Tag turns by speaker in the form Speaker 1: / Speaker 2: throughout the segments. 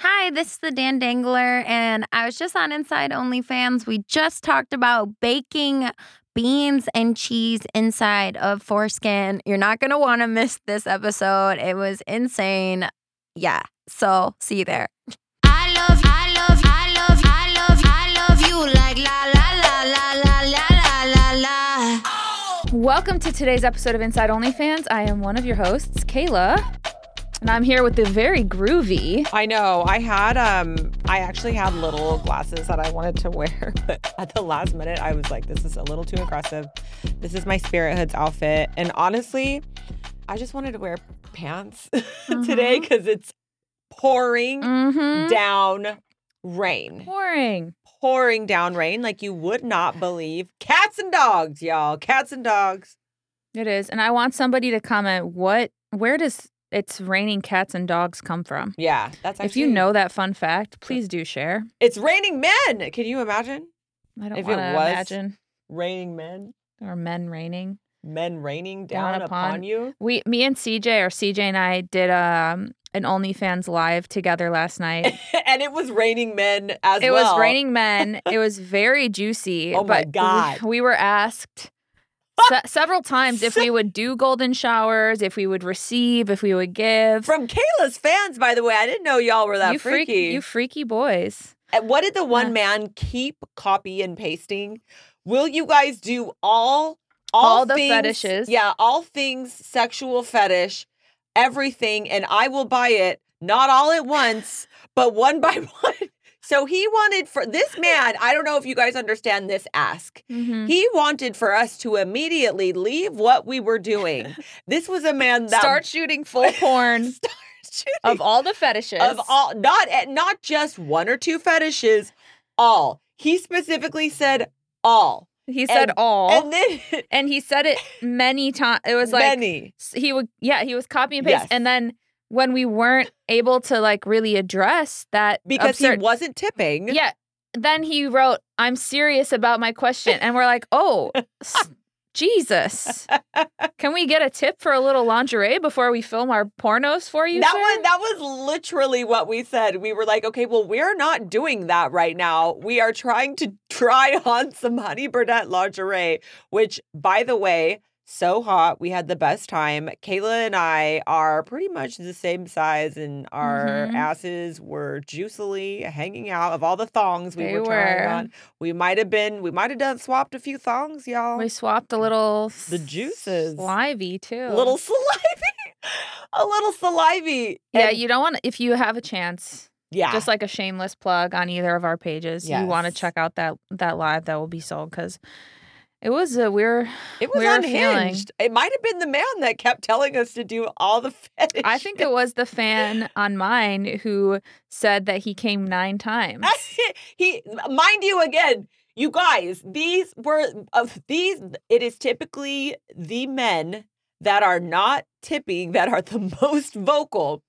Speaker 1: Hi, this is the Dan Dangler, and I was just on Inside OnlyFans. We just talked about baking beans and cheese inside of foreskin. You're not going to want to miss this episode. It was insane. Yeah. So, see you there.
Speaker 2: I love, I love, I love, I love, I love you like la la la la la la la la la.
Speaker 3: Welcome to today's episode of Inside OnlyFans. I am one of your hosts, Kayla, and I'm here with the very groovy.
Speaker 4: I know. I had um I actually had little glasses that I wanted to wear, but at the last minute I was like, this is a little too aggressive. This is my spirit hoods outfit. And honestly, I just wanted to wear pants today
Speaker 1: Mhm.
Speaker 4: because it's pouring
Speaker 1: Mm-hmm.
Speaker 4: down rain.
Speaker 3: Boring.
Speaker 4: Pouring down rain like you would not believe. Cats and dogs, y'all. Cats and dogs.
Speaker 3: It is. And I want somebody to comment what where does it's raining cats and dogs come from?
Speaker 4: Yeah. That's actually
Speaker 3: if you know that fun fact, please do share.
Speaker 4: it's raining men. Can you imagine?
Speaker 3: I don't
Speaker 4: If it
Speaker 3: want to
Speaker 4: was
Speaker 3: imagine
Speaker 4: Raining men.
Speaker 3: or men raining.
Speaker 4: Men raining down,
Speaker 3: Down
Speaker 4: upon,
Speaker 3: upon-
Speaker 4: you.
Speaker 3: We me and CJ or CJ and I did um an OnlyFans live together last night.
Speaker 4: and it was raining men as
Speaker 3: it
Speaker 4: well.
Speaker 3: was raining men. It was very juicy.
Speaker 4: Oh my
Speaker 3: but we-
Speaker 4: God.
Speaker 3: We, were asked se- several times if we would do golden showers, if we would receive, if we would give.
Speaker 4: From Kayla's fans, by the way, I didn't know y'all were that
Speaker 3: you freak-
Speaker 4: freaky.
Speaker 3: you freaky boys.
Speaker 4: And what did the one
Speaker 3: Yeah.
Speaker 4: man keep copy and pasting? Will you guys do all
Speaker 3: All the
Speaker 4: things-
Speaker 3: fetishes.
Speaker 4: Yeah, all things sexual fetish, everything, and I will buy it. Not all at once, but one by one. So he wanted for this man. I don't know if you guys understand this ask.
Speaker 3: Mm-hmm.
Speaker 4: He wanted for us to immediately leave what we were doing. This was a man that
Speaker 3: Start shooting full porn
Speaker 4: Start shooting.
Speaker 3: of all the fetishes.
Speaker 4: of all not eh, not just one or two fetishes, all. He specifically said all.
Speaker 3: he said
Speaker 4: and-
Speaker 3: all,
Speaker 4: And
Speaker 3: and,
Speaker 4: then
Speaker 3: he said it many times. It was like
Speaker 4: many.
Speaker 3: s- he would yeah he was copy and paste
Speaker 4: Yes.
Speaker 3: and then when we weren't able to like really address that
Speaker 4: Because
Speaker 3: absurd,
Speaker 4: he wasn't tipping.
Speaker 3: yeah then he wrote i'm serious about my question and we're like oh s- jesus can we get a tip for a little lingerie before we film our pornos for you
Speaker 4: that
Speaker 3: sir?
Speaker 4: was that was literally what we said. We were like, okay, well, we're not doing that right now. We are trying to try on some Honey Burnett lingerie, which, by the way, so hot. We had the best time. Kayla and I are pretty much the same size, and our
Speaker 3: Mhm.
Speaker 4: asses were juicily hanging out. Of all the thongs we
Speaker 3: They
Speaker 4: were,
Speaker 3: were.
Speaker 4: trying on, we might have been, we might have done swapped a few thongs, y'all.
Speaker 3: we swapped a little
Speaker 4: The juices.
Speaker 3: slivey too
Speaker 4: little salivy, a little salivy.
Speaker 3: yeah
Speaker 4: And-
Speaker 3: you don't want if you have a chance
Speaker 4: yeah.
Speaker 3: just like a shameless plug on either of our pages you want to
Speaker 4: Yes.
Speaker 3: check out that that live that will be sold because it was a we're
Speaker 4: It was
Speaker 3: we were feeling.
Speaker 4: unhinged. It might have been the man that kept telling us to do all the fetish.
Speaker 3: I think it was the fan on mine who said that he came nine times.
Speaker 4: he, mind you, again, you guys, these were of these. It is typically the men that are not tipping that are the most vocal,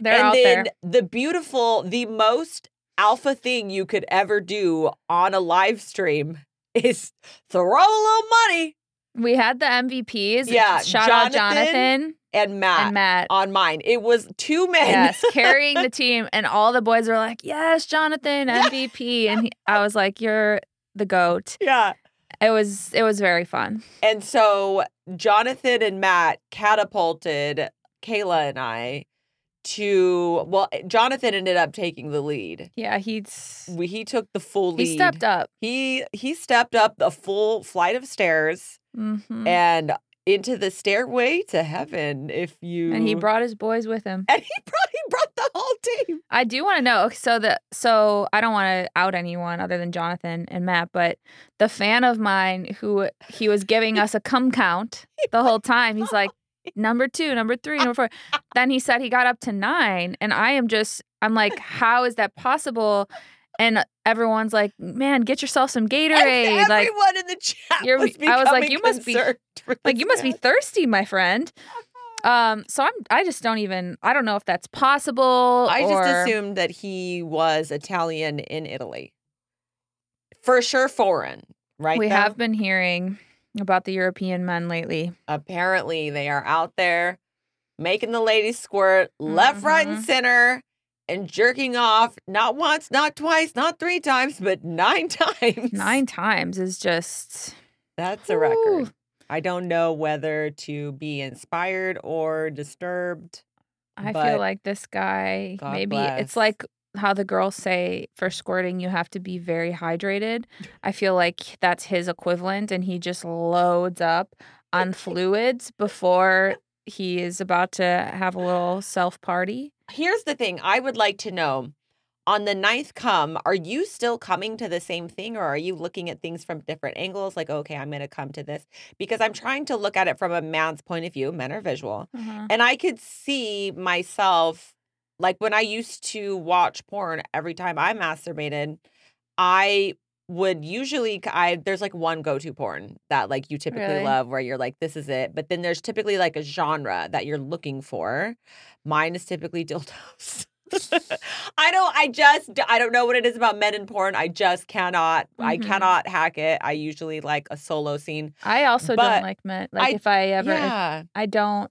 Speaker 3: They're
Speaker 4: and
Speaker 3: out
Speaker 4: then
Speaker 3: there.
Speaker 4: the beautiful, the most alpha thing you could ever do on a live stream is throw a little money
Speaker 3: We had the MVPs.
Speaker 4: Yeah,
Speaker 3: Shout out
Speaker 4: Jonathan
Speaker 3: Jonathan
Speaker 4: and Matt,
Speaker 3: and Matt.
Speaker 4: on mine. It was two men.
Speaker 3: Yes, carrying the team. And all the boys were like, Yes, Jonathan, MVP. And he, I was like, You're the goat.
Speaker 4: yeah.
Speaker 3: It was it was very fun.
Speaker 4: And so Jonathan and Matt catapulted Kayla and I to well, eh, Jonathan ended up taking the lead.
Speaker 3: Yeah, he's
Speaker 4: We, he took the full lead.
Speaker 3: he stepped up.
Speaker 4: He he stepped up the full flight of stairs
Speaker 3: Mhm.
Speaker 4: and into the stairway to heaven. If you
Speaker 3: and he brought his boys with him.
Speaker 4: and he brought he brought the whole team.
Speaker 3: I do want to know. okay, So the so I don't want to out anyone other than Jonathan and Matt, but the fan of mine who he was giving us a cum count the whole time. He's like number two, number three, number four. Then he said he got up to nine, and I am just I'm like, how is that possible? And everyone's like, man, get yourself some Gatorade.
Speaker 4: and
Speaker 3: Like
Speaker 4: everyone in the chat
Speaker 3: you're-
Speaker 4: was
Speaker 3: I was like,
Speaker 4: becoming
Speaker 3: you must be-
Speaker 4: concerned for
Speaker 3: like
Speaker 4: this
Speaker 3: you must be
Speaker 4: man.
Speaker 3: thirsty, my friend. Um, so I'm I just don't even I don't know if that's possible.
Speaker 4: I
Speaker 3: or-
Speaker 4: just assumed that he was Italian in Italy. For sure, foreign, right?
Speaker 3: we
Speaker 4: though?
Speaker 3: have been hearing about the European men lately.
Speaker 4: Apparently, they are out there making the ladies squirt left, right, and
Speaker 3: Mhm.
Speaker 4: center. and jerking off not once, not twice, not three times, but nine times.
Speaker 3: Nine times is just
Speaker 4: That's a
Speaker 3: Whew.
Speaker 4: record. I don't know whether to be inspired or disturbed.
Speaker 3: I feel
Speaker 4: But
Speaker 3: like this guy
Speaker 4: God
Speaker 3: maybe it's
Speaker 4: bless.
Speaker 3: like how the girls say for squirting you have to be very hydrated. I feel like that's his equivalent and he just loads up on fluids before he is about to have a little self party.
Speaker 4: Here's the thing I would like to know on the ninth come, are you still coming to the same thing or are you looking at things from different angles? Like, okay, I'm going to come to this because I'm trying to look at it from a man's point of view. Men are visual. And I could see myself, like when I used to watch porn every time I masturbated, I would usually I there's like one go-to porn that like you typically
Speaker 3: Really?
Speaker 4: love where you're like this is it but then there's typically like a genre that you're looking for mine is typically dildos I don't I just d- I don't know what it is about men in porn I just cannot I
Speaker 3: Mhm.
Speaker 4: cannot hack it I usually like a solo scene
Speaker 3: I also
Speaker 4: But
Speaker 3: don't like men. Like
Speaker 4: I-
Speaker 3: if I ever, if
Speaker 4: yeah
Speaker 3: I don't.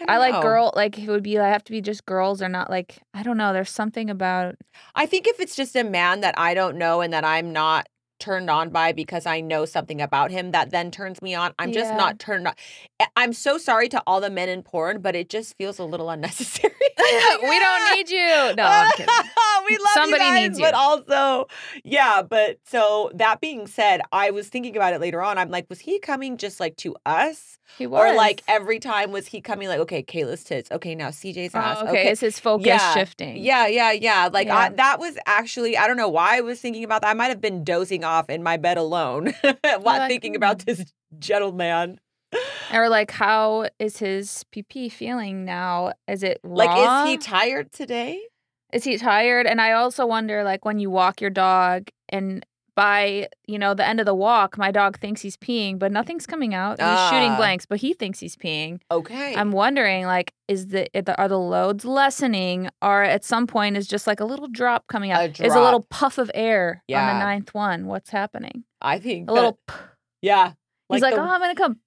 Speaker 4: don't
Speaker 3: I like
Speaker 4: know.
Speaker 3: girl. Like it would be. I have to be just girls or not. Like I don't know. There's something about
Speaker 4: I think if it's just a man that I don't know and that I'm not turned on by because I know something about him that then turns me on, I'm just
Speaker 3: Yeah.
Speaker 4: not turned on. I- I'm so sorry to all the men in porn, but it just feels a little unnecessary.
Speaker 3: we don't need you. No, I'm kidding.
Speaker 4: we love
Speaker 3: Somebody
Speaker 4: you guys,
Speaker 3: needs
Speaker 4: but
Speaker 3: you.
Speaker 4: also, yeah. But so that being said, I was thinking about it later on. I'm like, was he coming just like to us,
Speaker 3: He was.
Speaker 4: or like every time was he coming like, okay, Kayla's tits, okay, now CJ's ass,
Speaker 3: Oh, okay. Is his focus
Speaker 4: Yeah.
Speaker 3: shifting?
Speaker 4: Yeah, yeah, yeah. Like I,
Speaker 3: Yeah.
Speaker 4: that was actually I don't know why I was thinking about that. I might have been dozing off in my bed alone while
Speaker 3: like, "Hmm."
Speaker 4: thinking about this gentleman.
Speaker 3: Or like, how is his PP feeling now? Is it raw?
Speaker 4: Like, is he tired today?
Speaker 3: is he tired? And I also wonder, like, when you walk your dog and by you know the end of the walk, my dog thinks he's peeing, but nothing's coming out. He's shooting
Speaker 4: Ah.
Speaker 3: blanks, but he thinks he's peeing.
Speaker 4: Okay.
Speaker 3: I'm wondering, like, is the are the- are the loads lessening, or at some point is just like a little drop coming out?
Speaker 4: A
Speaker 3: Is a little
Speaker 4: drop.
Speaker 3: puff of air on
Speaker 4: Yeah.
Speaker 3: the ninth one? What's happening?
Speaker 4: I think
Speaker 3: A little.
Speaker 4: Yeah.
Speaker 3: he's like, oh, I'm gonna come.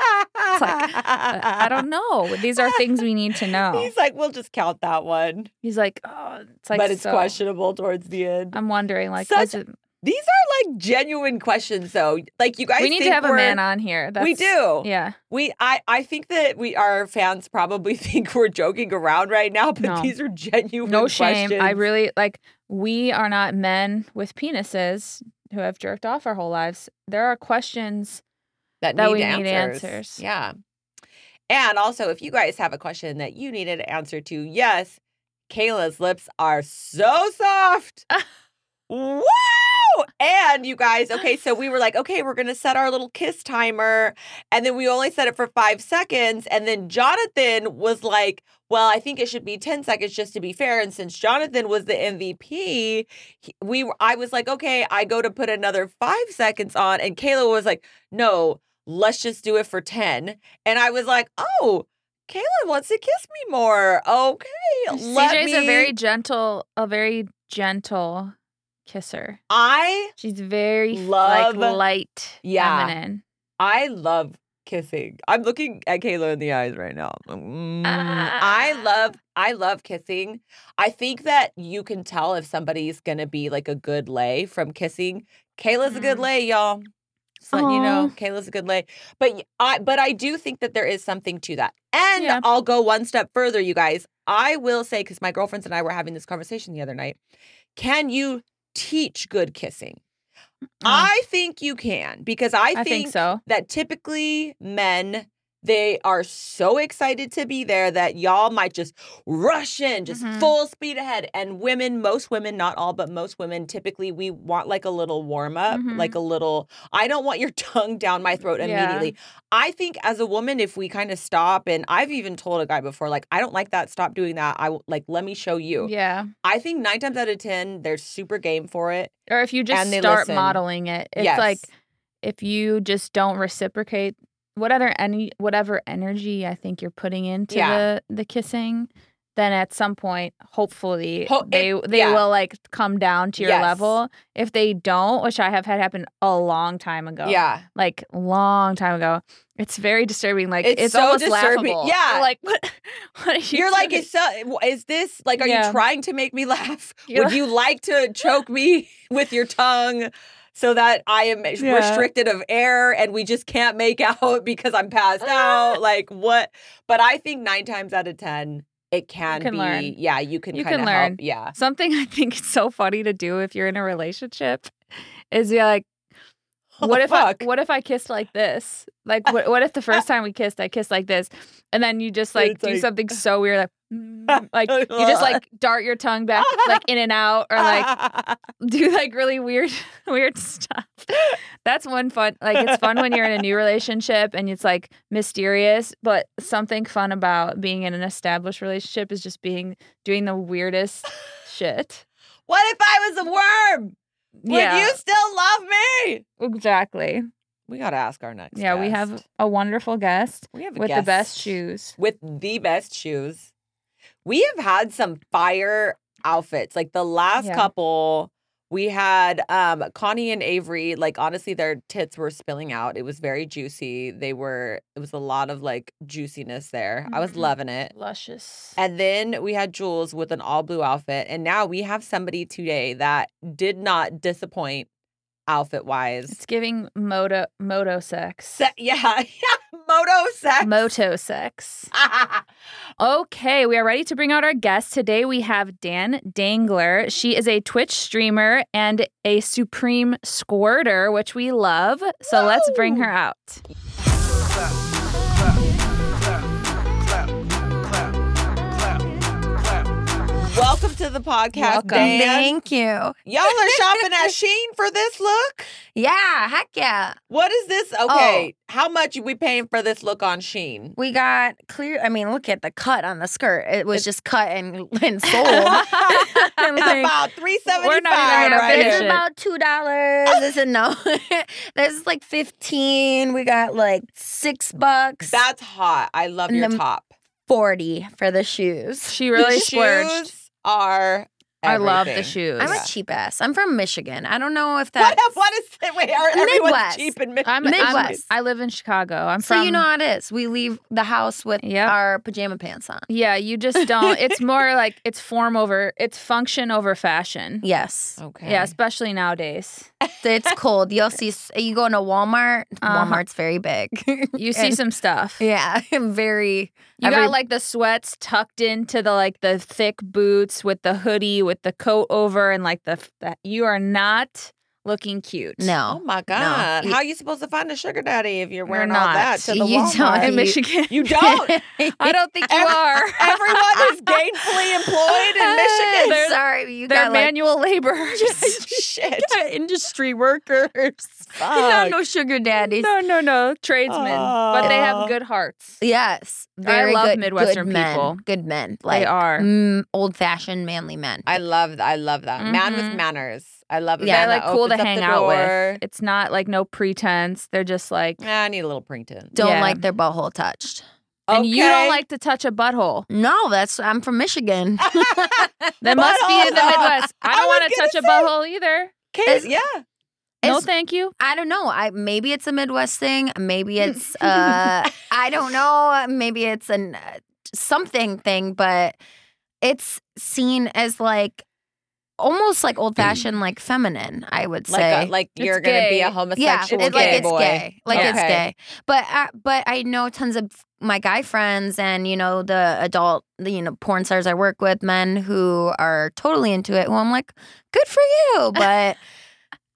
Speaker 4: it's
Speaker 3: like, I I don't know. These are things we need to know.
Speaker 4: He's like, we'll just count that one,
Speaker 3: He's like, oh, it's like,
Speaker 4: but it's
Speaker 3: so- Um
Speaker 4: questionable towards the end.
Speaker 3: I'm wondering, like,
Speaker 4: Such-
Speaker 3: was it-
Speaker 4: These are like genuine questions, though. Like you guys,
Speaker 3: we need to
Speaker 4: think
Speaker 3: have a
Speaker 4: we're-
Speaker 3: man on here. That's,
Speaker 4: we do.
Speaker 3: Yeah.
Speaker 4: We I I think that we our fans probably think we're joking around right now, but
Speaker 3: No.
Speaker 4: these are genuine
Speaker 3: No shame. I
Speaker 4: questions.
Speaker 3: really like. We are not men with penises who have jerked off our whole lives. There are questions. that we need answers.
Speaker 4: Yeah. And also if you guys have a question that you need an answer to, yes, Kayla's lips are so soft. Wow! And you guys, okay, so we were like, okay, we're gonna set our little kiss timer. And then we only set it for five seconds. And then Jonathan was like, well, I think it should be 10 seconds just to be fair. And since Jonathan was the MVP, he- we were, I was like, okay, I go to put another five seconds on. And Kayla was like, no, let's just do it for 10. And I was like, oh, Kayla wants to kiss me more. Okay. let
Speaker 3: CJ's a
Speaker 4: me-
Speaker 3: very gentle, a very gentle kisser.
Speaker 4: I
Speaker 3: She's very
Speaker 4: Love-
Speaker 3: like light,
Speaker 4: Yeah.
Speaker 3: feminine.
Speaker 4: I love kissing. I'm looking at Kayla in the eyes right now. Mm, I
Speaker 3: Ah.
Speaker 4: love I love kissing. I think that you can tell if somebody's gonna be like a good lay from kissing. Kayla's a good
Speaker 3: Mhm.
Speaker 4: lay, y'all. Just letting you know,
Speaker 3: Aw.
Speaker 4: Kayla's a good lay. But y- I but I do think that there is something to that. And
Speaker 3: Yeah.
Speaker 4: I'll go one step further, you guys. I will say, because my girlfriends and I were having this conversation the other night, can you teach good kissing? I think you can because I,
Speaker 3: Mm, Uh-huh. I think so.
Speaker 4: that typically men they are so excited to be there that y'all might just rush in just
Speaker 3: Mhm.
Speaker 4: full speed ahead and women most women not all but most women typically we want like a little warm up
Speaker 3: Mhm.
Speaker 4: like a little i don't want your tongue down my throat
Speaker 3: Yeah.
Speaker 4: immediately i think as a woman if we kind of stop and i've even told a guy before like i don't like that stop doing that i w- like let me show you
Speaker 3: Yeah.
Speaker 4: i think 9 times out of 10 they're super game for it
Speaker 3: Or if you just
Speaker 4: And they
Speaker 3: start
Speaker 4: listen.
Speaker 3: modeling it, it's
Speaker 4: yes
Speaker 3: like if you just don't reciprocate whatever any whatever energy I think you're putting into
Speaker 4: Yeah.
Speaker 3: the the kissing, then at some point, hopefully,
Speaker 4: Ho- it-
Speaker 3: they they
Speaker 4: yeah.
Speaker 3: will like come down to your
Speaker 4: Yes.
Speaker 3: level. If they don't, which I have had happen a long time ago,
Speaker 4: Yeah.
Speaker 3: like long time ago, it's very disturbing. Like
Speaker 4: It's
Speaker 3: it's,
Speaker 4: so
Speaker 3: almost
Speaker 4: disturbing.
Speaker 3: laughable.
Speaker 4: Yeah.
Speaker 3: You're like what? What are you?
Speaker 4: You're like,
Speaker 3: doing?
Speaker 4: is, so, is this like, are you
Speaker 3: Yeah.
Speaker 4: trying to make me laugh?
Speaker 3: You're
Speaker 4: Would you like to choke me with your tongue so that I am
Speaker 3: Yeah.
Speaker 4: restricted of air and we just can't make out because I'm passed
Speaker 3: Ah.
Speaker 4: out? Like, what? But I think nine times out of 10, it can,
Speaker 3: can
Speaker 4: be.
Speaker 3: learn.
Speaker 4: Yeah, you can
Speaker 3: You
Speaker 4: kind
Speaker 3: can
Speaker 4: of
Speaker 3: learn.
Speaker 4: help. Yeah.
Speaker 3: Something I think is so funny to do if you're in a relationship is you're like, what
Speaker 4: Oh,
Speaker 3: if I,
Speaker 4: fuck.
Speaker 3: what if I kissed like this? Like what, what if the first time we kissed I kissed like this, and then you just like
Speaker 4: It's
Speaker 3: do
Speaker 4: like-
Speaker 3: something so weird like mm, like you just like dart your tongue back like in and out or like do like really weird weird stuff. That's one fun like it's fun when you're in a new relationship and it's like mysterious, but something fun about being in an established relationship is just being doing the weirdest shit.
Speaker 4: what if I was a worm? Would
Speaker 3: yeah,
Speaker 4: you still love me?
Speaker 3: exactly.
Speaker 4: We got to ask our next
Speaker 3: Yeah, we have
Speaker 4: guest.
Speaker 3: a wonderful guest
Speaker 4: we have a
Speaker 3: with the best
Speaker 4: guest.
Speaker 3: shoes.
Speaker 4: with the best shoes. We have had some fire outfits. Like the last
Speaker 3: Yeah.
Speaker 4: couple, we had um Connie and Avery, like honestly their tits were spilling out. It was very juicy. They were it was a lot of like juiciness there. I was
Speaker 3: Mhm.
Speaker 4: loving it.
Speaker 3: Luscious.
Speaker 4: And then we had Jules with an all blue outfit. And now we have somebody today that did not disappoint outfit wise.
Speaker 3: It's giving moto moto sex.
Speaker 4: Se- yeah. yeah. Moto sex.
Speaker 3: Moto sex. Okay, we are ready to bring out our guest. Today we have Dan Dangler. She is a Twitch streamer and a supreme squirter, which we love. So let's bring her out.
Speaker 4: Welcome to the podcast,
Speaker 3: Welcome.
Speaker 4: Dan.
Speaker 1: Thank you.
Speaker 4: Y'all are shopping at Sheen for this look.
Speaker 1: Yeah, heck yeah.
Speaker 4: What is this?
Speaker 3: Oh.
Speaker 4: Okay, how much are we paying for this look on Sheen?
Speaker 1: We got clear. I mean, look at the cut on the skirt. It was just cut and, and sold. I'm
Speaker 4: it's
Speaker 1: like,
Speaker 4: about three seventy
Speaker 3: even gonna
Speaker 4: five right
Speaker 3: finish
Speaker 1: it's
Speaker 3: it.
Speaker 4: here.
Speaker 1: about two dollars. It's a no. There's like fifteen. We got like six bucks.
Speaker 4: That's hot. I love
Speaker 1: And
Speaker 4: your
Speaker 1: the
Speaker 4: top.
Speaker 1: forty for the shoes.
Speaker 3: She really
Speaker 4: the
Speaker 3: splurged.
Speaker 4: shoes are.
Speaker 3: I love the
Speaker 4: everything.
Speaker 3: shoes.
Speaker 1: I'm
Speaker 4: Yeah.
Speaker 1: a cheap ass. I'm from Michigan. I don't know if that.
Speaker 4: What, what is it? Wait, are everyone's
Speaker 1: Midwest.
Speaker 4: cheap in Michigan?
Speaker 3: I'm, I'm
Speaker 1: Midwest.
Speaker 3: I live in Chicago. I'm
Speaker 1: So
Speaker 3: from
Speaker 1: you know how it is. We leave the house with
Speaker 3: Yeah.
Speaker 1: our pajama pants on.
Speaker 3: Yeah, you just don't. It's more like it's form over it's function over fashion.
Speaker 1: Yes,
Speaker 4: Okay.
Speaker 3: Yeah, especially nowadays.
Speaker 1: it's cold. You'll see. s- You go into Walmart.
Speaker 3: Uh-huh.
Speaker 1: Walmart's very big.
Speaker 3: You see
Speaker 1: And-
Speaker 3: some stuff.
Speaker 1: yeah, very.
Speaker 3: You
Speaker 1: Every-
Speaker 3: got like the sweats tucked into the like the thick boots with the hoodie with the coat over and like the, f- that you are not looking cute.
Speaker 4: Oh
Speaker 1: No,
Speaker 4: my God!
Speaker 1: you-
Speaker 4: How are you supposed to find a sugar daddy if you're
Speaker 3: You're
Speaker 4: wearing all that
Speaker 3: not.
Speaker 4: to the
Speaker 1: You don't.
Speaker 4: Walmart?
Speaker 3: in
Speaker 1: You-
Speaker 3: Michigan.
Speaker 4: You
Speaker 1: Oh,
Speaker 4: don't.
Speaker 3: I don't think you are.
Speaker 4: Everyone is gainfully employed in Michigan.
Speaker 3: They're-
Speaker 1: Sorry, you
Speaker 3: They're
Speaker 1: got like
Speaker 3: manual labor.
Speaker 4: Shit.
Speaker 1: industry workers.
Speaker 4: Fuck.
Speaker 1: No, no sugar daddies.
Speaker 3: no, no, no, tradesmen, but they have good hearts.
Speaker 1: Yes, very
Speaker 3: love
Speaker 1: good,
Speaker 3: Midwestern
Speaker 1: good men,
Speaker 3: people.
Speaker 1: Good men, like
Speaker 3: They are.
Speaker 1: Mm, old-fashioned, manly men.
Speaker 4: I love I love that. Man with
Speaker 3: Mhm.
Speaker 4: manners. I love a
Speaker 1: Yeah,
Speaker 3: They're
Speaker 4: man
Speaker 3: like
Speaker 4: that
Speaker 3: cool to
Speaker 4: opens up
Speaker 3: hang
Speaker 4: the
Speaker 3: out
Speaker 4: door.
Speaker 3: with. It's not like no pretense. They're just like,
Speaker 4: Ah, I need a little Prington.
Speaker 1: Don't
Speaker 3: Yeah.
Speaker 1: like their butthole touched.
Speaker 3: and you don't
Speaker 4: Okay.
Speaker 3: like to touch a butthole.
Speaker 1: No, that's I'm from Michigan.
Speaker 3: That must be in the
Speaker 4: Buttholes.
Speaker 3: Midwest. I
Speaker 4: I
Speaker 3: don't
Speaker 4: was
Speaker 3: want to
Speaker 4: gonna
Speaker 3: touch a
Speaker 4: say.
Speaker 3: butthole either.
Speaker 4: Kids, yeah.
Speaker 3: No,
Speaker 1: It's-
Speaker 3: thank you.
Speaker 1: I don't know. I maybe it's a Midwest thing. Maybe
Speaker 3: Hmm.
Speaker 1: it's uh, I don't know. Maybe it's an uh, something thing, but it's seen as like almost like old-fashioned, like feminine. I would
Speaker 4: Like
Speaker 1: say,
Speaker 4: a, like
Speaker 3: It's
Speaker 4: you're gonna be
Speaker 3: gay.
Speaker 4: a
Speaker 3: Yeah,
Speaker 4: homosexual
Speaker 1: it's
Speaker 4: gay
Speaker 1: like it's
Speaker 4: boy.
Speaker 1: gay, like it's
Speaker 4: Okay.
Speaker 1: gay. But I, but I know tons of my guy friends and you know the adult, the, you know porn stars I work with, men who are totally into it. Who I'm like, good for you, but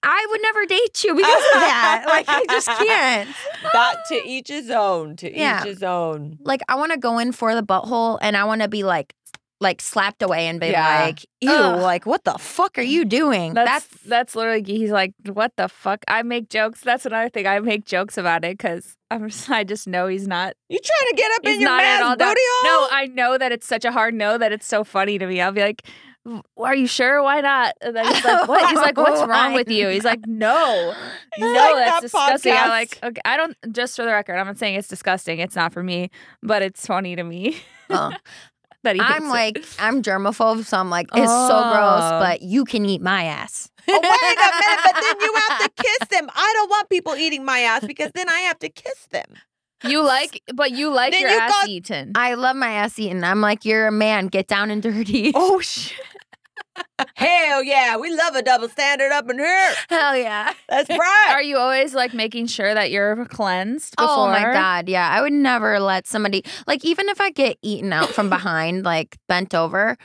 Speaker 1: I would never date you because of
Speaker 3: Uh,
Speaker 1: that. Like I just can't.
Speaker 4: That to each his own. To
Speaker 1: Yeah.
Speaker 4: each his own.
Speaker 1: Like I want to go in for the butthole and I want to be like. Like slapped away and be
Speaker 4: Yeah.
Speaker 1: like, ew,
Speaker 3: Ugh.
Speaker 1: like what the fuck are you doing?
Speaker 3: That's, that's literally he's like, what the fuck? I make jokes. That's another thing. I make jokes about it because I'm just, I just know he's not.
Speaker 4: You trying to get up
Speaker 3: He's
Speaker 4: in your
Speaker 3: not at
Speaker 4: man's
Speaker 3: all
Speaker 4: booty
Speaker 3: down- No,
Speaker 4: hole?
Speaker 3: I know that it's such a hard no that it's so funny to me. I'll be like, "W- are you sure? Why not? And then he's like, what? He's like, what's wrong with you? He's like, no, no, that's
Speaker 4: like that
Speaker 3: disgusting.
Speaker 4: podcast.
Speaker 3: I like, okay, I don't. Just for the record, I'm not saying it's disgusting. It's not for me, but it's funny to me.
Speaker 1: Oh.
Speaker 3: that he hates
Speaker 1: I'm
Speaker 3: it.
Speaker 1: like, I'm germaphobe, so I'm like, it's so gross,
Speaker 3: Oh.
Speaker 1: but you can eat my ass.
Speaker 4: Oh, wait a minute, but then you have to kiss them. I don't want people eating my ass because then I have to kiss them.
Speaker 3: you like, but you like
Speaker 4: Then
Speaker 3: your
Speaker 4: you
Speaker 3: ass
Speaker 4: got-
Speaker 3: eaten.
Speaker 1: I love my ass eaten. I'm like, you're a man, get down and dirty.
Speaker 3: oh shit!
Speaker 4: Hell yeah, we love a double standard up in here.
Speaker 1: Hell yeah.
Speaker 4: That's right.
Speaker 3: Are you always like making sure that you're cleansed? Before?
Speaker 1: Oh my god, yeah. I would never let somebody like even if I get eaten out from behind, like bent over,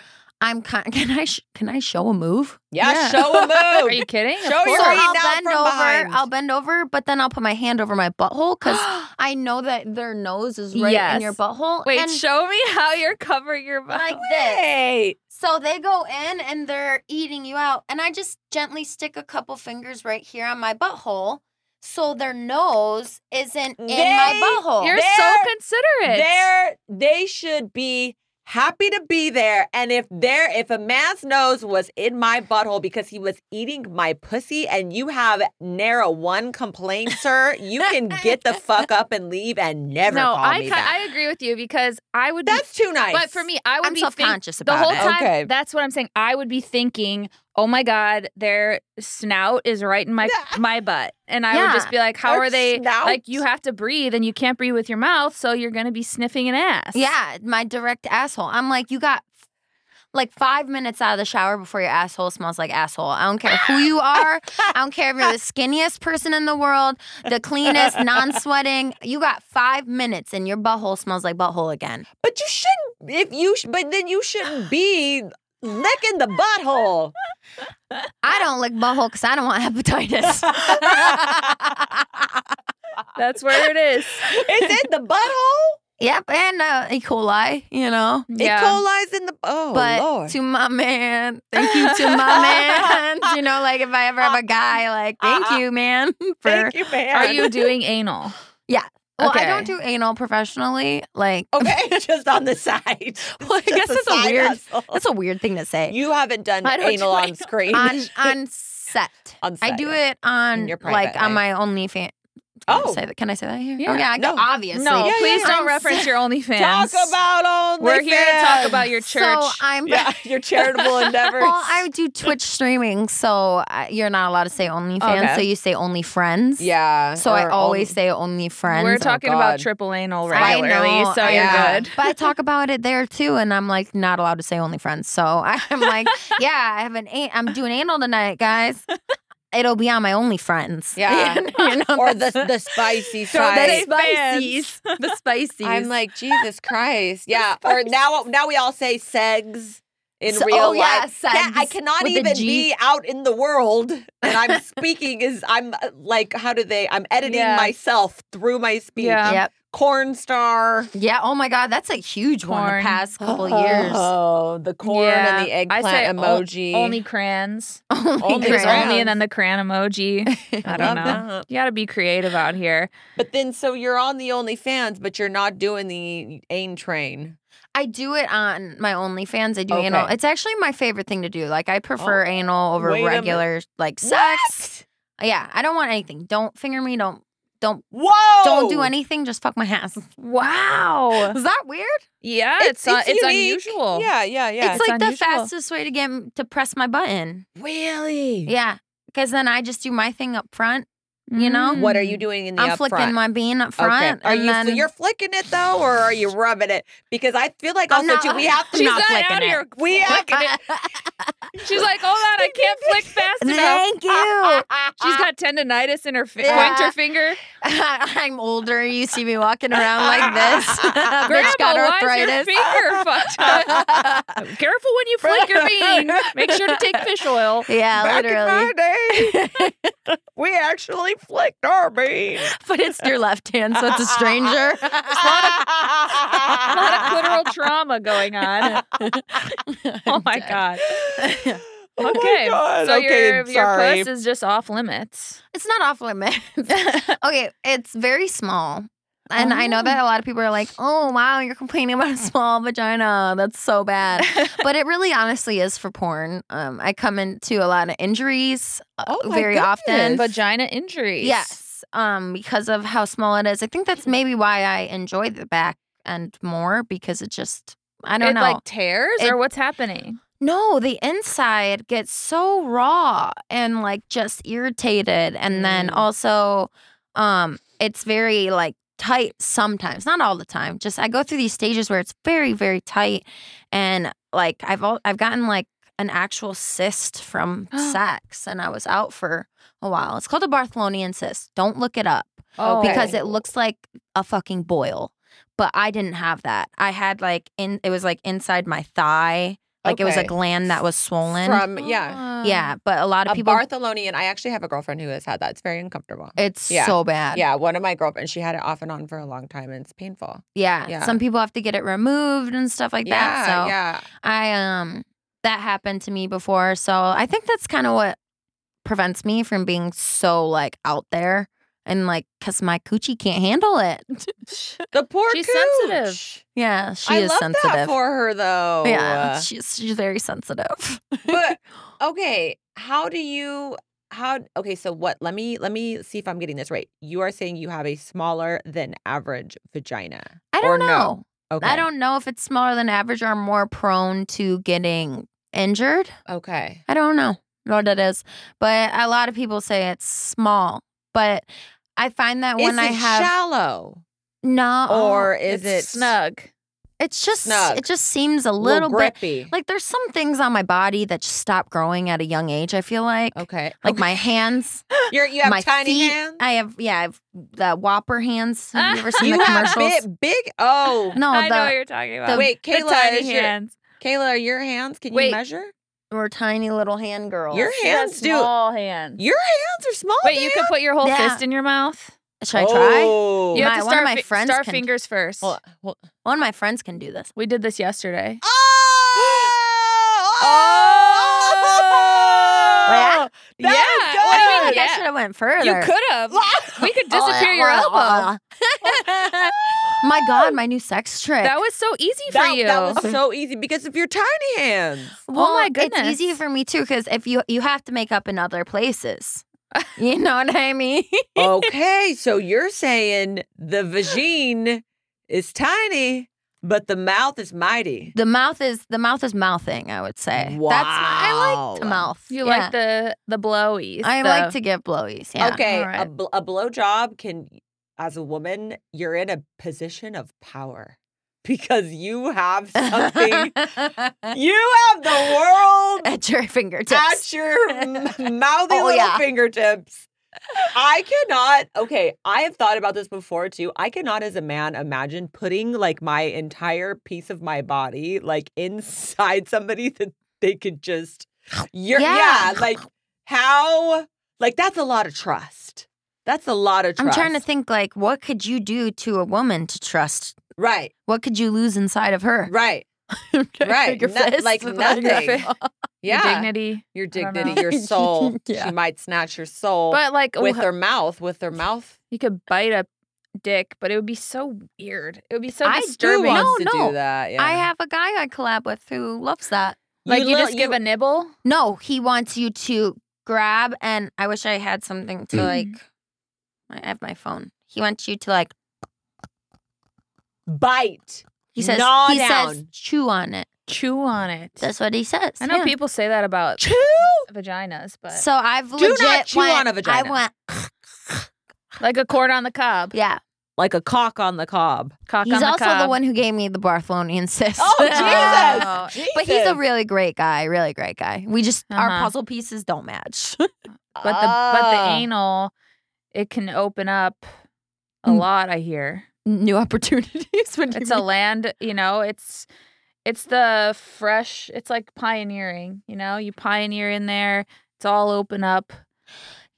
Speaker 1: I'm kind can I sh- can I show a move?
Speaker 4: yeah,
Speaker 3: yeah.
Speaker 4: show a
Speaker 3: Are
Speaker 4: move.
Speaker 3: you kidding?
Speaker 4: Show
Speaker 3: of
Speaker 4: your
Speaker 3: course.
Speaker 4: eating
Speaker 1: I'll
Speaker 4: out
Speaker 1: bend
Speaker 4: from
Speaker 1: over.
Speaker 4: behind.
Speaker 1: I'll bend over, but then I'll put my hand over my butthole because I know that their nose is right in your
Speaker 3: Yes.
Speaker 1: butthole.
Speaker 3: Wait,
Speaker 1: and
Speaker 3: show me how you're covering your butt.
Speaker 1: like this.
Speaker 4: Wait.
Speaker 1: So they go in and they're eating you out. And I just gently stick a couple fingers right here on my butthole. So their nose isn't in
Speaker 4: They-
Speaker 1: my butthole.
Speaker 3: you're
Speaker 4: There-
Speaker 3: so considerate.
Speaker 4: There, they should be happy to be there. And if there, if a man's nose was in my butthole because he was eating my pussy, and you have narrow one complaint, sir, you can get the fuck up and leave and never
Speaker 3: no,
Speaker 4: call
Speaker 3: I
Speaker 4: me
Speaker 3: ca-
Speaker 4: back.
Speaker 3: I agree with you because I would.
Speaker 4: That's too nice.
Speaker 3: be, but for me, I would
Speaker 1: I'm
Speaker 3: be
Speaker 1: self
Speaker 3: think-
Speaker 1: conscious
Speaker 3: the
Speaker 1: about
Speaker 3: whole
Speaker 1: it.
Speaker 3: time.
Speaker 4: Okay.
Speaker 3: That's what I'm saying. I would be thinking, "Oh my god, their snout is right in my my butt," and I would just
Speaker 1: Yeah.
Speaker 3: be like, "How
Speaker 4: Their
Speaker 3: are they?"
Speaker 4: snout?
Speaker 3: Like you have to breathe, and you can't breathe with your mouth, so you're going to be sniffing an ass.
Speaker 1: Yeah, my direct asshole. I'm like, you got like five minutes out of the shower before your asshole smells like asshole. I don't care who you are. I don't care if you're the skinniest person in the world, the cleanest, non sweating. You got five minutes and your butthole smells like butthole again.
Speaker 4: But you shouldn't. If you, sh- but then you shouldn't be licking the butthole.
Speaker 1: I don't lick butthole because I don't want hepatitis.
Speaker 3: that's where it is.
Speaker 4: It's in the butthole.
Speaker 1: Yep, and uh, E. coli, you know.
Speaker 4: It
Speaker 3: Yeah.
Speaker 4: coli's in the. Oh
Speaker 1: but
Speaker 4: lord.
Speaker 1: to my man, thank you to my man. You know, like if I ever have a guy, like thank
Speaker 4: Uh-uh.
Speaker 1: you, man. For
Speaker 4: Thank you, man.
Speaker 3: Are you doing anal?
Speaker 1: well, I
Speaker 3: okay.
Speaker 1: don't do anal professionally. Like
Speaker 4: okay? Just on the side.
Speaker 1: Well, I guess
Speaker 4: Just
Speaker 1: that's a
Speaker 4: side
Speaker 1: weird-
Speaker 4: hustle.
Speaker 1: that's a weird thing to say
Speaker 4: Oh, You haven't done
Speaker 3: I don't
Speaker 4: anal
Speaker 3: do
Speaker 4: on
Speaker 3: anal.
Speaker 4: screen.
Speaker 1: on on set.
Speaker 4: On
Speaker 1: I
Speaker 4: set,
Speaker 1: do
Speaker 4: yeah.
Speaker 1: it on
Speaker 4: your private
Speaker 1: like on my OnlyFans. Can I
Speaker 4: Oh.
Speaker 1: say that? Can I say that here?
Speaker 3: Yeah.
Speaker 1: Oh, yeah. I
Speaker 4: No.
Speaker 1: go, obviously.
Speaker 3: No,
Speaker 4: Yeah,
Speaker 3: please
Speaker 4: yeah.
Speaker 3: don't
Speaker 1: I'm
Speaker 3: reference your OnlyFans.
Speaker 4: Talk about OnlyFans.
Speaker 3: We're here to talk about your church.
Speaker 1: So I'm.
Speaker 4: yeah, your charitable endeavors.
Speaker 1: Well, I do Twitch streaming, so I, you're not allowed to say OnlyFans.
Speaker 3: Okay.
Speaker 1: So you say Only Friends.
Speaker 4: yeah.
Speaker 1: So I
Speaker 4: or
Speaker 1: always
Speaker 4: only-
Speaker 1: say Only Friends. Oh
Speaker 3: We're talking about
Speaker 4: God.
Speaker 3: triple anal
Speaker 1: I
Speaker 3: regularly,
Speaker 1: know,
Speaker 3: so
Speaker 1: I
Speaker 3: you're
Speaker 4: know.
Speaker 3: good.
Speaker 1: but I talk about it there too, and I'm like not allowed to say only friends. So I'm like, yeah, I have an a- I'm doing anal tonight, guys. It'll be on my only friends.
Speaker 4: Yeah.
Speaker 1: you know,
Speaker 4: or the
Speaker 1: that's-
Speaker 4: the spicy
Speaker 3: So they
Speaker 4: side.
Speaker 1: the
Speaker 3: say fans.
Speaker 1: spices, the spices.
Speaker 4: I'm like Jesus Christ. Yeah. Or now now we all say segs in
Speaker 1: So-
Speaker 4: real
Speaker 1: oh,
Speaker 4: life.
Speaker 1: yeah,
Speaker 4: That- I
Speaker 1: segs
Speaker 4: cannot
Speaker 1: with a
Speaker 4: even
Speaker 1: G.
Speaker 4: be out in the world, and I'm speaking is I'm uh, like how do they? I'm editing
Speaker 3: Yeah.
Speaker 4: myself through my speech.
Speaker 3: Yeah.
Speaker 1: yep,
Speaker 4: Corn star.
Speaker 1: yeah. Oh my god, that's a huge one.
Speaker 3: Corn.
Speaker 1: The past couple years,
Speaker 4: Oh, the corn
Speaker 3: Yeah.
Speaker 4: and the
Speaker 3: I
Speaker 4: eggplant
Speaker 3: say o-
Speaker 4: emoji.
Speaker 3: Only crayons.
Speaker 1: only,
Speaker 4: Only
Speaker 3: It was
Speaker 1: friends.
Speaker 3: only and then the crayon emoji. I don't
Speaker 4: Love
Speaker 3: know.
Speaker 4: that.
Speaker 3: You got to be creative out here.
Speaker 4: But then, so you're on the OnlyFans, but you're not doing the AIM train.
Speaker 1: I do it on my OnlyFans. I do anal.
Speaker 4: Okay.
Speaker 1: It's actually my favorite thing to do. Like I prefer
Speaker 4: Oh,
Speaker 1: anal over
Speaker 4: wait a minute.
Speaker 1: regular like sex. Yeah, I don't want anything. Don't finger me. Don't don't
Speaker 4: Whoa!
Speaker 1: don't do anything. Just fuck my ass.
Speaker 3: Wow.
Speaker 1: Is that weird?
Speaker 3: Yeah, it's it's, it's
Speaker 4: unique.
Speaker 3: unusual.
Speaker 4: Yeah, yeah, yeah.
Speaker 1: it's,
Speaker 3: it's
Speaker 1: like the
Speaker 3: unusual.
Speaker 1: fastest way to get m- to press my button.
Speaker 4: really.
Speaker 1: Yeah, because then I just do my thing up front. Mm-hmm. You know?
Speaker 4: What are you doing in the
Speaker 1: I'm
Speaker 4: up
Speaker 1: flicking
Speaker 4: front?
Speaker 1: my bean up
Speaker 4: Okay.
Speaker 1: front.
Speaker 4: Are
Speaker 1: and
Speaker 4: you
Speaker 1: then-
Speaker 4: you're flicking it though, or are you rubbing it? Because I feel like
Speaker 1: I'm
Speaker 4: also
Speaker 1: not-
Speaker 4: too we have to
Speaker 3: She's
Speaker 1: not
Speaker 3: not,
Speaker 1: flicking
Speaker 3: out
Speaker 1: it.
Speaker 3: here.
Speaker 4: we have
Speaker 3: flicking it. She's like, hold on, I can't flick fast enough.
Speaker 1: Thank you.
Speaker 3: She's got tendonitis in her fi-
Speaker 1: Yeah.
Speaker 3: pointer finger.
Speaker 1: I'm older. You see me walking around like this. Bitch got
Speaker 3: Grandma, why is
Speaker 1: arthritis.
Speaker 3: your finger fucked up? Careful when you flick your bean. Make sure to take fish oil.
Speaker 1: Yeah,
Speaker 4: Back in
Speaker 1: literally.
Speaker 4: my day, we actually flicked our bean.
Speaker 1: But it's your left hand, so it's a stranger.
Speaker 3: A lot of clitoral trauma going on. Oh my god.
Speaker 1: Oh
Speaker 4: okay.
Speaker 3: Okay. So
Speaker 4: Oh, okay,
Speaker 3: your
Speaker 4: sorry.
Speaker 3: your puss is just off limits.
Speaker 1: it's not off limits. okay, it's very small. And I know that a lot of people are like, oh, wow, you're complaining about a small vagina. That's so bad. but it really honestly is for porn. Um, I come into a lot of injuries uh,
Speaker 4: Oh my
Speaker 1: very often.
Speaker 4: goodness.
Speaker 3: Vagina injuries.
Speaker 1: Yes, um, because of how small it is. I think that's maybe why I enjoy the back end more because it just I don't
Speaker 3: it
Speaker 1: know.
Speaker 3: like tears
Speaker 1: It-
Speaker 3: or what's happening?
Speaker 1: no, the inside gets so raw and like just irritated. And then
Speaker 4: Mm.
Speaker 1: also, um, it's very like tight sometimes, not all the time. Just I go through these stages where it's very, very tight. And like I've all, I've gotten like an actual cyst from sex and I was out for a while. It's called a Bartholinian cyst. Don't look it up
Speaker 4: Oh, Okay.
Speaker 1: because it looks like a fucking boil. But I didn't have that. I had like in it was like inside my thigh. Like it was a
Speaker 4: Okay.
Speaker 1: gland that was swollen.
Speaker 4: From yeah,
Speaker 1: yeah, but a lot
Speaker 4: a
Speaker 1: of people
Speaker 4: Bartholonian. I actually have a girlfriend who has had that. It's very uncomfortable.
Speaker 1: it's
Speaker 4: Yeah.
Speaker 1: so bad.
Speaker 4: yeah, one of my girlfriends. She had it off and on for a long time, and it's painful.
Speaker 1: yeah.
Speaker 4: Yeah.
Speaker 1: Some people have to get it removed and stuff like that.
Speaker 4: yeah,
Speaker 1: So
Speaker 4: yeah.
Speaker 1: I um that happened to me before. So I think that's kind of what prevents me from being so like out there and like cuz my coochie can't handle it.
Speaker 4: The poor
Speaker 3: She's
Speaker 4: cooch.
Speaker 3: sensitive.
Speaker 1: Yeah, she
Speaker 4: I
Speaker 1: is
Speaker 4: love
Speaker 1: sensitive.
Speaker 4: that for her though.
Speaker 1: yeah, she's she's very sensitive.
Speaker 4: but okay, how do you how okay, so what let me let me see if I'm getting this right. You are saying you have a smaller than average vagina.
Speaker 1: I
Speaker 4: Or
Speaker 1: don't
Speaker 4: no.
Speaker 1: know.
Speaker 4: Okay.
Speaker 1: I don't know if it's smaller than average or more prone to getting injured.
Speaker 4: Okay.
Speaker 1: I don't know what that is, but a lot of people say it's small. But I find that when
Speaker 4: is
Speaker 1: I
Speaker 4: it
Speaker 1: have
Speaker 4: shallow
Speaker 1: no, oh,
Speaker 4: or is
Speaker 3: it's
Speaker 4: it
Speaker 3: snug?
Speaker 1: it's just
Speaker 4: snug?
Speaker 1: it just seems a
Speaker 4: a
Speaker 1: little bit
Speaker 4: grippy?
Speaker 1: like there's some things on my body that just stop growing at a young age. I feel like
Speaker 4: okay.
Speaker 1: like my hands,
Speaker 4: You're, you have
Speaker 1: my
Speaker 4: tiny
Speaker 1: feet.
Speaker 4: hands.
Speaker 1: I have yeah, I have the Whopper hands. Have you ever seen
Speaker 4: you
Speaker 1: the
Speaker 4: have
Speaker 1: commercials?
Speaker 4: bit big. Oh uh,
Speaker 1: No,
Speaker 3: I know what
Speaker 1: the,
Speaker 3: you're talking about.
Speaker 4: wait,
Speaker 3: The
Speaker 4: Kayla,
Speaker 3: tiny
Speaker 4: is your-
Speaker 3: hands.
Speaker 4: Kayla, are your hands? Can you
Speaker 3: Wait.
Speaker 4: measure?
Speaker 1: we're tiny little hand girls.
Speaker 4: Your
Speaker 3: She has
Speaker 4: hands do.
Speaker 3: small hands.
Speaker 4: Your hands are small.
Speaker 3: wait, you
Speaker 4: can.
Speaker 3: could put your whole
Speaker 1: Yeah.
Speaker 3: fist in your mouth.
Speaker 1: Should I try?
Speaker 4: Oh.
Speaker 3: You have
Speaker 1: My-
Speaker 3: to
Speaker 1: one of
Speaker 3: start
Speaker 1: my
Speaker 3: fi-
Speaker 1: friends
Speaker 3: start
Speaker 1: can-
Speaker 3: fingers first.
Speaker 4: Hold on, hold-
Speaker 1: One of my friends can do this.
Speaker 3: we did this yesterday.
Speaker 4: Oh!
Speaker 3: Oh!
Speaker 4: That was
Speaker 3: Yeah.
Speaker 4: good.
Speaker 1: I feel like
Speaker 3: yeah.
Speaker 1: I should have went further. Oh, uh,
Speaker 3: You could have. We could disappear your elbow.
Speaker 1: my God, my new sex trick.
Speaker 3: That was so easy for
Speaker 4: that,
Speaker 3: you. Oh
Speaker 4: that was so easy because of your tiny hands.
Speaker 1: well,
Speaker 3: my
Speaker 1: Oh, It's
Speaker 3: goodness.
Speaker 1: easy for me too because if you you have to make up in other places. You know what I mean?
Speaker 4: okay, so you're saying the vagine is tiny, but the mouth is mighty.
Speaker 1: The mouth is the mouth is mouthing. I would say. That's I like to
Speaker 4: Wow.
Speaker 1: mouth.
Speaker 3: you
Speaker 1: Yeah.
Speaker 3: like the the blowies.
Speaker 1: I
Speaker 3: the-
Speaker 1: like to give blowies. Yeah.
Speaker 4: okay,
Speaker 3: all
Speaker 4: a,
Speaker 3: right.
Speaker 4: bl- a blow job can, as a woman, you're in a position of power because you have something. you have the world
Speaker 1: at your fingertips.
Speaker 4: at your m- mouthy
Speaker 1: Oh,
Speaker 4: little
Speaker 1: yeah.
Speaker 4: fingertips. I cannot. Okay, I have thought about this before too. I cannot, as a man, imagine putting like my entire piece of my body like inside somebody that they could just. You're, yeah.
Speaker 1: Yeah.
Speaker 4: like how? Like that's a lot of trust. That's a lot of
Speaker 1: I'm
Speaker 4: trust.
Speaker 1: trying to think like what could you do to a woman to trust?
Speaker 4: Right,
Speaker 1: What could you lose inside of her?
Speaker 4: right, Right,
Speaker 1: Your
Speaker 4: no-
Speaker 1: fist,
Speaker 4: like nothing.
Speaker 3: your
Speaker 4: yeah.
Speaker 3: dignity.
Speaker 4: Your
Speaker 3: don't
Speaker 4: dignity,
Speaker 3: know.
Speaker 4: your soul.
Speaker 1: Yeah.
Speaker 4: She might snatch your soul
Speaker 3: But like
Speaker 4: with
Speaker 3: wh-
Speaker 4: her mouth. With her mouth.
Speaker 3: you could bite a dick, but it would be so weird. It would be so
Speaker 4: I do
Speaker 3: disturbing.
Speaker 4: want
Speaker 1: No,
Speaker 4: to
Speaker 1: no.
Speaker 4: do that. Yeah.
Speaker 1: I have a guy I collab with who loves that.
Speaker 3: like you,
Speaker 4: li-
Speaker 3: just give a nibble.
Speaker 1: No, he wants you to grab and I wish I had something
Speaker 4: Mm-hmm.
Speaker 1: to like I have my phone. He wants you to like
Speaker 4: bite.
Speaker 1: he says
Speaker 4: Gnaw
Speaker 1: he says
Speaker 4: down.
Speaker 1: chew on it.
Speaker 3: Chew on it.
Speaker 1: That's what he says.
Speaker 3: I know
Speaker 1: yeah.
Speaker 3: people say that about
Speaker 4: Chew.
Speaker 3: vaginas, but
Speaker 1: So I've
Speaker 4: not
Speaker 1: legit
Speaker 4: chew
Speaker 1: went-
Speaker 4: on a vagina.
Speaker 1: I went
Speaker 3: like a corn on the cob.
Speaker 1: yeah.
Speaker 4: Like a cock on the cob.
Speaker 3: Cock
Speaker 1: He's
Speaker 3: on the
Speaker 1: also
Speaker 3: cob.
Speaker 1: the one who gave me the Bartholinian cyst.
Speaker 4: Oh, Jesus.
Speaker 3: Oh.
Speaker 1: But he's a really great guy, really great guy. We just our
Speaker 3: Uh-huh.
Speaker 1: puzzle pieces don't match.
Speaker 3: But the but the
Speaker 4: Ah.
Speaker 3: anal, it can open up a
Speaker 1: Mm.
Speaker 3: lot. I hear
Speaker 1: New opportunities when
Speaker 3: it's a land. You know, it's it's the fresh. It's like pioneering. You know, you pioneer in there. It's all open up.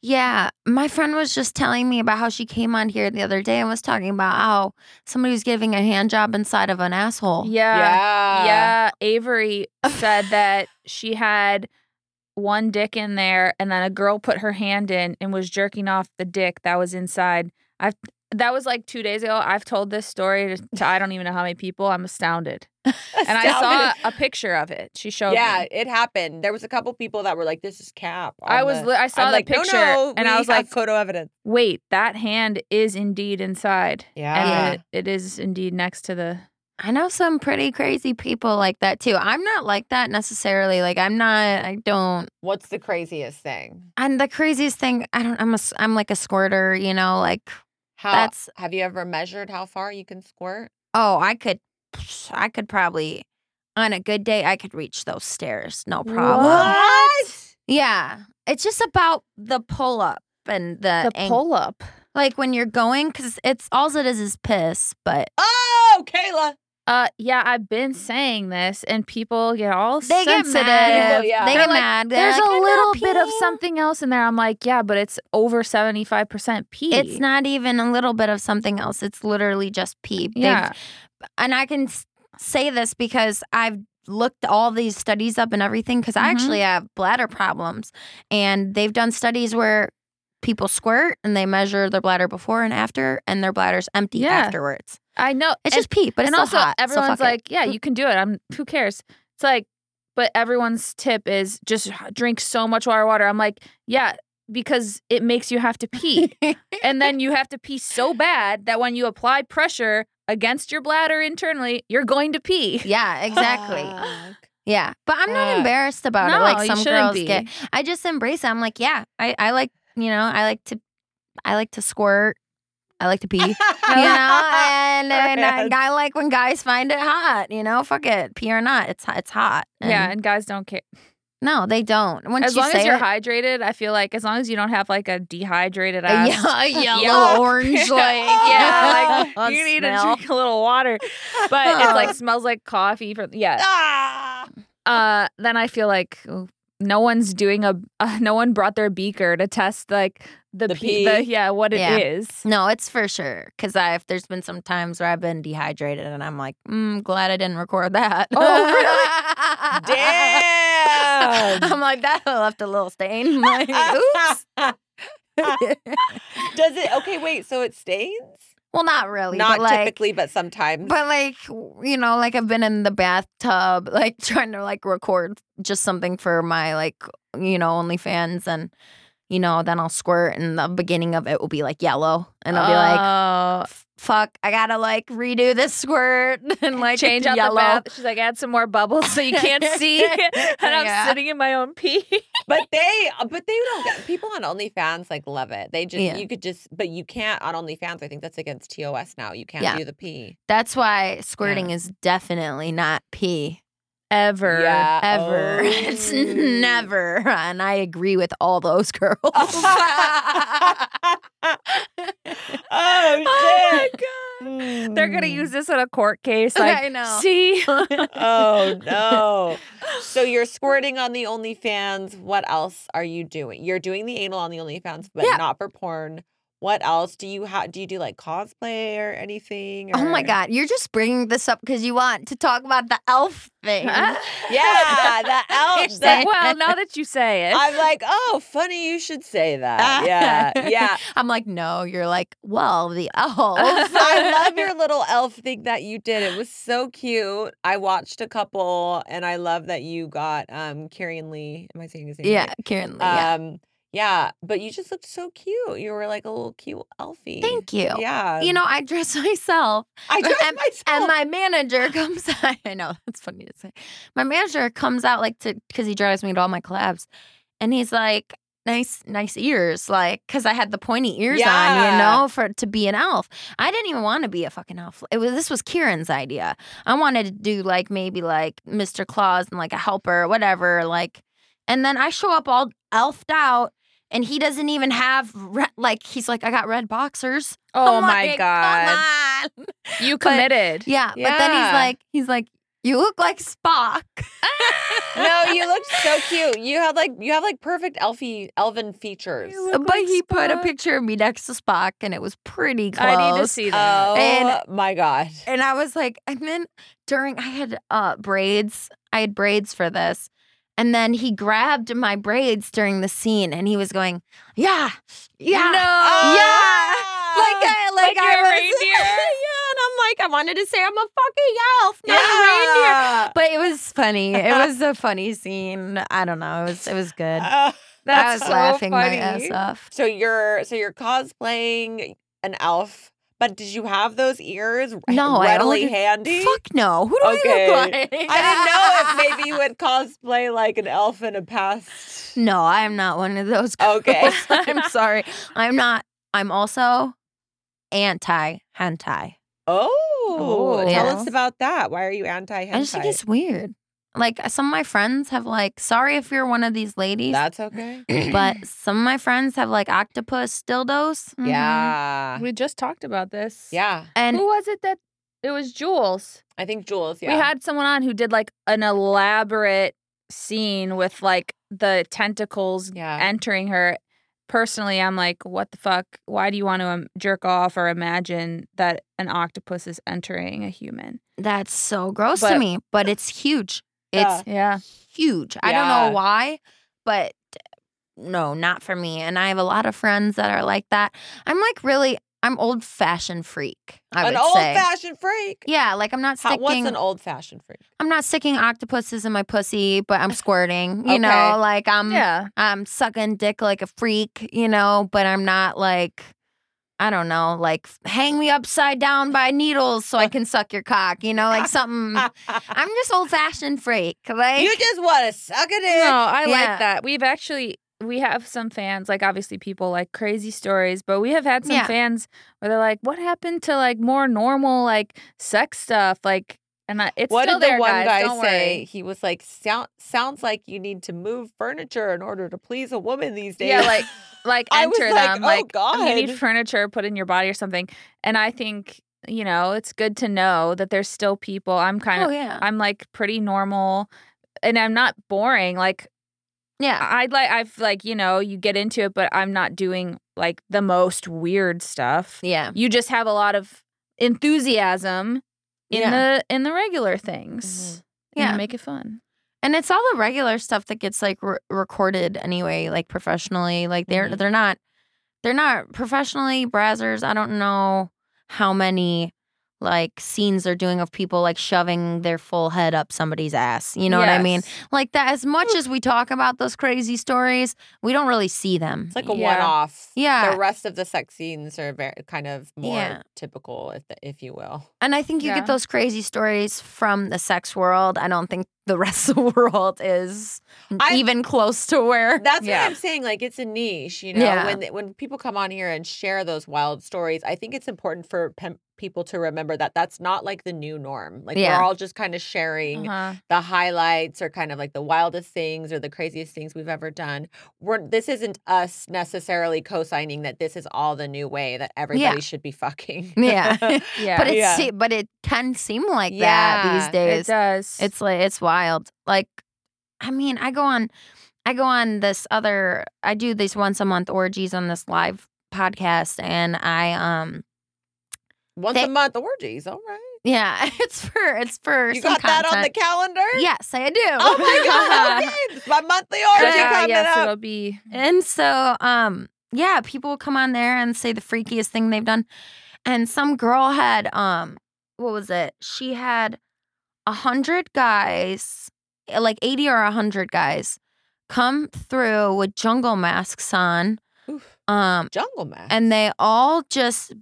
Speaker 1: Yeah, my friend was just telling me about how she came on here the other day and was talking about how somebody was giving a hand job inside of an asshole.
Speaker 3: Yeah,
Speaker 4: Oh, Yeah.
Speaker 3: yeah. Avery said that she had one dick in there, and then a girl put her hand in and was jerking off the dick that was inside. I've that was like two days ago. I've told this story to, to I don't even know how many people. I'm astounded. and I saw a picture of it. She showed
Speaker 4: Yeah,
Speaker 3: me.
Speaker 4: it happened. There was a couple people that were like, "This is cap."
Speaker 3: I
Speaker 4: on
Speaker 3: was
Speaker 4: the-
Speaker 3: li- I saw
Speaker 4: I'm
Speaker 3: the
Speaker 4: like, "No,
Speaker 3: picture
Speaker 4: no,
Speaker 3: and I
Speaker 4: we
Speaker 3: was
Speaker 4: have
Speaker 3: like,
Speaker 4: photo evidence.
Speaker 3: "Wait, that hand is indeed inside."
Speaker 4: Yeah.
Speaker 3: And it, it is indeed next to the
Speaker 1: I know some pretty crazy people like that too. I'm not like that necessarily. Like I'm not. I don't.
Speaker 4: What's the craziest thing?
Speaker 1: And the craziest thing, I don't. I'm a. s- I'm like a squirter. You know, like
Speaker 3: Oh.
Speaker 4: How
Speaker 1: That's-
Speaker 4: have you ever measured how far you can squirt?
Speaker 1: oh, I could, I could probably, on a good day, I could reach those stairs, no problem.
Speaker 4: What?
Speaker 1: Yeah, it's just about the pull up and the,
Speaker 3: The
Speaker 1: ang-
Speaker 3: pull up.
Speaker 1: like when you're going because it's all it is is piss, but
Speaker 4: Oh, Kayla.
Speaker 3: Uh, yeah, I've been saying this, and people get all
Speaker 1: they get
Speaker 3: sensitive.
Speaker 1: mad.
Speaker 4: People, yeah.
Speaker 1: They
Speaker 3: They're
Speaker 1: get
Speaker 3: like,
Speaker 1: mad. They're
Speaker 3: There's
Speaker 1: like,
Speaker 3: a
Speaker 1: "I'm not
Speaker 3: little bit of
Speaker 1: peeing."
Speaker 3: something else in there. I'm like, yeah, but it's over seventy five percent pee.
Speaker 1: It's not even a little bit of something else. It's literally just pee. They've-
Speaker 3: Yeah,
Speaker 1: and I can s- say this because I've looked all these studies up and everything because I
Speaker 3: Mhm.
Speaker 1: actually have bladder problems, and they've done studies where people squirt and they measure their bladder before and after, and their bladder's empty
Speaker 3: Yeah.
Speaker 1: afterwards.
Speaker 3: I know.
Speaker 1: It's
Speaker 3: and-
Speaker 1: just pee, but it's
Speaker 3: and
Speaker 1: still
Speaker 3: also
Speaker 1: hot, so fuck
Speaker 3: everyone's
Speaker 1: it.
Speaker 3: like, yeah, you can do it. I'm who cares? It's like, but everyone's tip is just h- drink so much water, water. I'm like, yeah, because it makes you have to pee, and then you have to pee so bad that when you apply pressure against your bladder internally, you're going to pee.
Speaker 1: yeah, exactly.
Speaker 4: Fuck.
Speaker 1: yeah, but I'm not
Speaker 4: Fuck.
Speaker 1: embarrassed about it.
Speaker 3: Uh, No,
Speaker 1: Like
Speaker 3: you
Speaker 1: some
Speaker 3: shouldn't
Speaker 1: girls
Speaker 3: be.
Speaker 1: get. I just embrace it. I'm like, yeah, I, I like you know, I like to, I like to squirt. I like to pee. you know, and, and I,
Speaker 4: Yes.
Speaker 1: I like when guys find it hot. You know, fuck it, pee or not, it's hot- it's hot. And
Speaker 3: Yeah, and guys don't care.
Speaker 1: no, they don't. Once
Speaker 3: as
Speaker 1: you
Speaker 3: long
Speaker 1: say
Speaker 3: as you're
Speaker 1: it,
Speaker 3: hydrated, I feel like as long as you don't have like a dehydrated
Speaker 1: a
Speaker 3: ass.
Speaker 1: ye- a yellow,
Speaker 3: Yuck.
Speaker 1: orange, like
Speaker 3: yeah,
Speaker 1: on
Speaker 3: like you need
Speaker 1: smell.
Speaker 3: to drink a little water, but it's like smells like coffee. For yeah,
Speaker 4: Ah.
Speaker 3: uh, then I feel like oh, no one's doing a uh, no one brought their beaker to test like the,
Speaker 4: The
Speaker 3: pee,
Speaker 4: pee.
Speaker 3: the, yeah what it is.
Speaker 1: Yeah. No, it's for sure. Cause I've there's been some times where I've been dehydrated and I'm like, mm, glad I didn't record that.
Speaker 4: Oh,
Speaker 3: Um,
Speaker 4: Damn.
Speaker 1: I'm like that left a little stain. Like, oops.
Speaker 4: Does it? Okay, wait. So it stains?
Speaker 1: well, not really.
Speaker 4: Not
Speaker 1: but like,
Speaker 4: typically, but sometimes.
Speaker 1: But like you know, like I've been in the bathtub, like trying to like record just something for my like you know OnlyFans, and you know then I'll squirt, and the beginning of it will be like yellow, and I'll be like,
Speaker 3: Oh.
Speaker 1: "F- "Fuck, I gotta like redo this squirt and like
Speaker 3: change
Speaker 1: it's
Speaker 3: out
Speaker 1: yellow."
Speaker 3: the bath. She's like, add some more bubbles so you can't see, and I'm
Speaker 1: Yeah.
Speaker 3: sitting in my own pee.
Speaker 4: but they but they don't get people on OnlyFans like love it. They just
Speaker 1: Yeah.
Speaker 4: you could just but you can't on OnlyFans. I think that's against TOS now. You can't
Speaker 1: Yeah.
Speaker 4: do the P.
Speaker 1: That's why squirting is definitely not pee ever.
Speaker 3: Ever.
Speaker 4: Oh.
Speaker 1: It's never, and I agree with all those girls. Oh
Speaker 3: Oh
Speaker 4: oh shit. Hmm.
Speaker 3: my god. They're gonna use this in a court case. Like,
Speaker 1: Mm. I know.
Speaker 3: See,
Speaker 4: Oh no. So you're squirting on the OnlyFans. What else are you doing? You're doing the anal on the OnlyFans, but
Speaker 1: Yeah.
Speaker 4: not for porn. What else do you have? Do you do like cosplay or anything?
Speaker 1: Oh my
Speaker 4: or-
Speaker 1: God, you're just bringing this up because you want to talk about the elf thing.
Speaker 4: Yeah, the elf.
Speaker 1: You're
Speaker 4: the-
Speaker 1: saying-
Speaker 3: well, now that you say it,
Speaker 4: I'm like, oh, funny you should say that. Yeah, yeah.
Speaker 1: I'm like, no, you're like, well, the elf.
Speaker 4: I love your little elf thing that you did. It was so cute. I watched a couple, and I love that you got um Kieran Lee. Am I saying his name? right?
Speaker 1: yeah, Karen Lee. yeah.
Speaker 4: Um, yeah, but you just looked so cute. You were like a little cute elfie.
Speaker 1: Thank you.
Speaker 4: Yeah.
Speaker 1: You know, I dress myself,
Speaker 4: I dressed
Speaker 1: and-
Speaker 4: myself.
Speaker 3: Oh.
Speaker 1: and my manager comes. I know that's funny to say. My manager comes out like to because he drives me to all my collabs, and he's like, "Nice, nice ears," like because I had the pointy ears on,
Speaker 4: Yeah.
Speaker 1: you know, for to be an elf. I didn't even want to be a fucking elf. It was this was Kieran's idea. I wanted to do like maybe like Mr. Claus and like a helper, or whatever. Like, and then I show up all elfed out, and he doesn't even have re- like he's like I got red boxers.
Speaker 3: oh
Speaker 1: I'm
Speaker 3: my
Speaker 1: like,
Speaker 3: god,
Speaker 1: Come on.
Speaker 3: you
Speaker 1: But-
Speaker 3: committed.
Speaker 1: Yeah, but then he's
Speaker 4: Yeah.
Speaker 1: like he's like you look like Spock.
Speaker 4: no, you looked so cute. You had like you have like perfect elfie elven features.
Speaker 3: You
Speaker 1: Uh, But
Speaker 3: look like
Speaker 1: he put a
Speaker 3: Spock.
Speaker 1: picture of me next to Spock, and it was pretty close.
Speaker 3: I need to see that.
Speaker 4: Oh
Speaker 1: And-
Speaker 4: my god.
Speaker 1: and I was like, and then during I had uh braids, I had braids for this. And then he grabbed my braids during the scene and he was going, Yeah, yeah. Oh
Speaker 3: No.
Speaker 1: Yeah. Like
Speaker 4: Ah.
Speaker 1: I like,
Speaker 3: Like
Speaker 1: I
Speaker 3: you're a
Speaker 1: was,
Speaker 3: reindeer.
Speaker 1: yeah, and I'm like, I wanted to say I'm a fucking elf, not a reindeer.
Speaker 4: yeah.
Speaker 1: But it was funny. It was a funny scene. I don't know. It was it was good.
Speaker 4: Uh,
Speaker 1: I was laughing my ass off.
Speaker 4: so you're so you're cosplaying an elf, But did you have those ears re-
Speaker 1: No, I
Speaker 4: readily
Speaker 1: only-
Speaker 4: handy?
Speaker 1: Fuck no. Who do
Speaker 4: Okay.
Speaker 1: I look like?
Speaker 4: I didn't know if maybe you would cosplay like an elf in a past.
Speaker 1: No, I am not one of those girls.
Speaker 4: Okay.
Speaker 1: I'm sorry. I'm not. I'm also anti hentai.
Speaker 4: Oh,
Speaker 3: Oh,
Speaker 4: tell
Speaker 1: yeah.
Speaker 4: us about that. Why are you anti
Speaker 1: I just think
Speaker 4: hentai?
Speaker 1: it's weird. Like uh, some of my friends have like, sorry if you're one of these ladies,
Speaker 4: That's okay.
Speaker 3: Mm-hmm.
Speaker 1: but some of my friends have like octopus dildos. Mm-hmm.
Speaker 4: Yeah.
Speaker 3: We just talked about this.
Speaker 4: Yeah.
Speaker 1: And
Speaker 3: Who was it that it was Jules?
Speaker 4: I think Jules, yeah.
Speaker 3: We had someone on who did like an elaborate scene with like the tentacles
Speaker 4: yeah.
Speaker 3: entering her. Personally, I'm like, what the fuck? Why do you want to um, jerk off or imagine that an octopus is entering a human?
Speaker 1: that's so gross to
Speaker 3: But-
Speaker 1: me, but it's huge.
Speaker 4: Yeah.
Speaker 1: It's
Speaker 3: Yeah.
Speaker 1: huge. I don't know
Speaker 4: Yeah.
Speaker 1: why, but no, not for me. And I have a lot of friends that are like that. I'm like really, I'm old fashioned freak. I
Speaker 4: an
Speaker 1: would
Speaker 4: old
Speaker 1: say.
Speaker 4: fashioned freak.
Speaker 1: Yeah, like I'm not
Speaker 4: How- what's
Speaker 1: sticking.
Speaker 4: an old fashioned freak?
Speaker 1: I'm not sticking octopuses in my pussy, but I'm squirting. You know,
Speaker 4: Okay.
Speaker 1: like I'm
Speaker 3: yeah.
Speaker 1: I'm sucking dick like a freak. You know, but I'm not like I don't know, like hang me upside down by needles so I can suck your cock. You know, like something.
Speaker 3: Mm.
Speaker 1: I'm just old fashioned freak. Like
Speaker 4: you just want to suck it in.
Speaker 3: No, I
Speaker 1: Yeah.
Speaker 3: like that. We've actually we have some fans like obviously people like crazy stories, but we have had some
Speaker 1: Yeah.
Speaker 3: fans where they're like, "What happened to like more normal like sex stuff?" Like, and I, it's
Speaker 4: what
Speaker 3: still
Speaker 4: did the
Speaker 3: there,
Speaker 4: one
Speaker 3: guys.
Speaker 4: guy
Speaker 3: Don't
Speaker 4: say?
Speaker 3: worry.
Speaker 4: He was like, "Sound sounds like you need to move furniture in order to please a woman these days."
Speaker 3: Yeah, like like
Speaker 4: I was
Speaker 3: enter
Speaker 4: like,
Speaker 3: them
Speaker 4: "Oh,
Speaker 3: like um, you
Speaker 4: God."
Speaker 3: need furniture put in your body or something. And I think you know it's good to know that there's still people. I'm kind
Speaker 1: oh
Speaker 3: of
Speaker 1: yeah,
Speaker 3: I'm like pretty normal, and I'm not boring. Like
Speaker 1: yeah.
Speaker 3: I'd like I've like you know you get into it, but I'm not doing like the most weird stuff.
Speaker 1: Yeah.
Speaker 3: You just have a lot of enthusiasm in
Speaker 1: yeah. Mm-hmm.
Speaker 3: the in the regular things. and you
Speaker 1: Yeah.
Speaker 3: make it fun.
Speaker 1: And it's all the regular stuff that gets like re- recorded anyway, like professionally. Like they're
Speaker 4: Mhm.
Speaker 1: they're not they're not professionally brazzers. I don't know how many like scenes they're doing of people like shoving their full head up somebody's ass. You know what I mean?
Speaker 3: Yes.
Speaker 1: Like that as much as we talk about those crazy stories, we don't really see them.
Speaker 4: it's like a
Speaker 3: Yeah.
Speaker 4: one-off.
Speaker 1: Yeah.
Speaker 4: The rest of the sex scenes are very kind of more
Speaker 1: Yeah.
Speaker 4: typical, if the, if you will.
Speaker 1: And I think you
Speaker 3: Yeah.
Speaker 1: get those crazy stories from the sex world. I don't think the rest of the world is
Speaker 4: I-
Speaker 1: even close to where.
Speaker 4: That's
Speaker 3: Yeah.
Speaker 4: what I'm saying. Like it's a niche, you know.
Speaker 1: Yeah.
Speaker 4: When they- when people come on here and share those wild stories, I think it's important for pem- people to remember that that's not like the new norm. Like
Speaker 1: Yeah.
Speaker 4: we're all just kind of sharing
Speaker 3: Uh-huh.
Speaker 4: the highlights or kind of like the wildest things or the craziest things we've ever done. We're this isn't us necessarily co-signing that this is all the new way that everybody should be fucking.
Speaker 1: Yeah.
Speaker 3: Yeah,
Speaker 1: But it
Speaker 4: Yeah.
Speaker 1: se- but it can seem like that
Speaker 3: Yeah,
Speaker 1: these days.
Speaker 3: It does.
Speaker 1: It's like it's wild. Like I mean, I go on I go on this other I do these once a month orgies on this live podcast and I um
Speaker 4: Once
Speaker 1: They-
Speaker 4: a month orgies, all right.
Speaker 1: yeah, it's for it's for
Speaker 4: You
Speaker 1: some
Speaker 4: got that on the
Speaker 1: content.
Speaker 4: calendar?
Speaker 1: Yes, I do. Uh-huh.
Speaker 4: Oh my god, okay. It's my monthly orgy
Speaker 3: yeah,
Speaker 4: coming
Speaker 3: uh, yes,
Speaker 4: up.
Speaker 3: it'll be.
Speaker 1: And so, um, yeah, people will come on there and say the freakiest thing they've done. And some girl had, um, what was it? She had a hundred guys, eh, like eighty or a hundred guys, come through with jungle masks on.
Speaker 4: Oof.
Speaker 1: Um,
Speaker 4: Jungle man.
Speaker 1: and they all just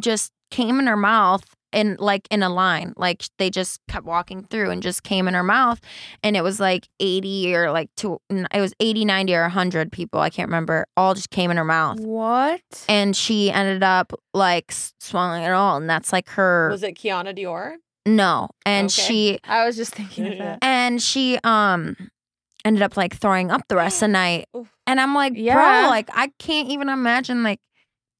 Speaker 1: just came in her mouth and like in a line like they just kept walking through and just came in her mouth and it was like 80 or like two it was 80 90 or 100 people i can't remember all just came in her mouth
Speaker 3: What?
Speaker 1: and she ended up like s- swallowing it all and that's like her
Speaker 4: was it Kiana Dior?
Speaker 1: no and
Speaker 4: Okay.
Speaker 1: she
Speaker 3: I was just thinking of that.
Speaker 1: and she um ended up like throwing up the rest of the night
Speaker 4: Oof.
Speaker 1: and i'm like
Speaker 3: Yeah.
Speaker 1: bro like i can't even imagine like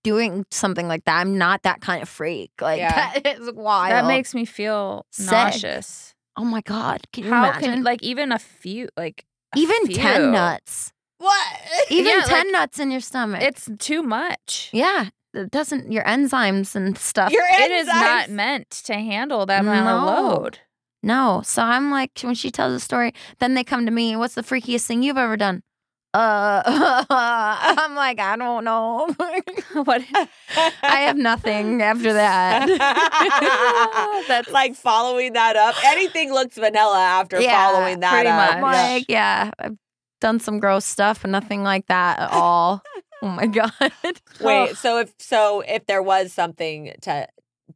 Speaker 1: doing something like that i'm not that kind of freak like
Speaker 4: Yeah.
Speaker 1: that is wild
Speaker 3: That makes me feel
Speaker 1: Sick.
Speaker 3: nauseous.
Speaker 1: oh my god can you
Speaker 3: How
Speaker 1: imagine
Speaker 3: can like even a few like a
Speaker 1: even 10
Speaker 3: few.
Speaker 1: nuts
Speaker 4: What?
Speaker 1: even
Speaker 3: Yeah,
Speaker 1: 10
Speaker 3: like,
Speaker 1: nuts in your stomach
Speaker 3: It's too much.
Speaker 1: yeah it doesn't your enzymes and stuff
Speaker 4: Your
Speaker 3: It is not
Speaker 4: enzymes-
Speaker 3: meant to handle that amount
Speaker 1: No.
Speaker 3: of load.
Speaker 1: no so i'm like when she tells a story then they come to me what's the freakiest thing you've ever done uh i'm like i don't know
Speaker 3: what?
Speaker 1: i have nothing after that
Speaker 3: That's-
Speaker 4: like following that up. Anything looks vanilla after
Speaker 1: Yeah,
Speaker 4: following that
Speaker 3: pretty
Speaker 4: up.
Speaker 3: much.
Speaker 1: like yeah i've done some gross stuff but nothing like that at all Oh my god.
Speaker 4: Wait, so if so if there was something to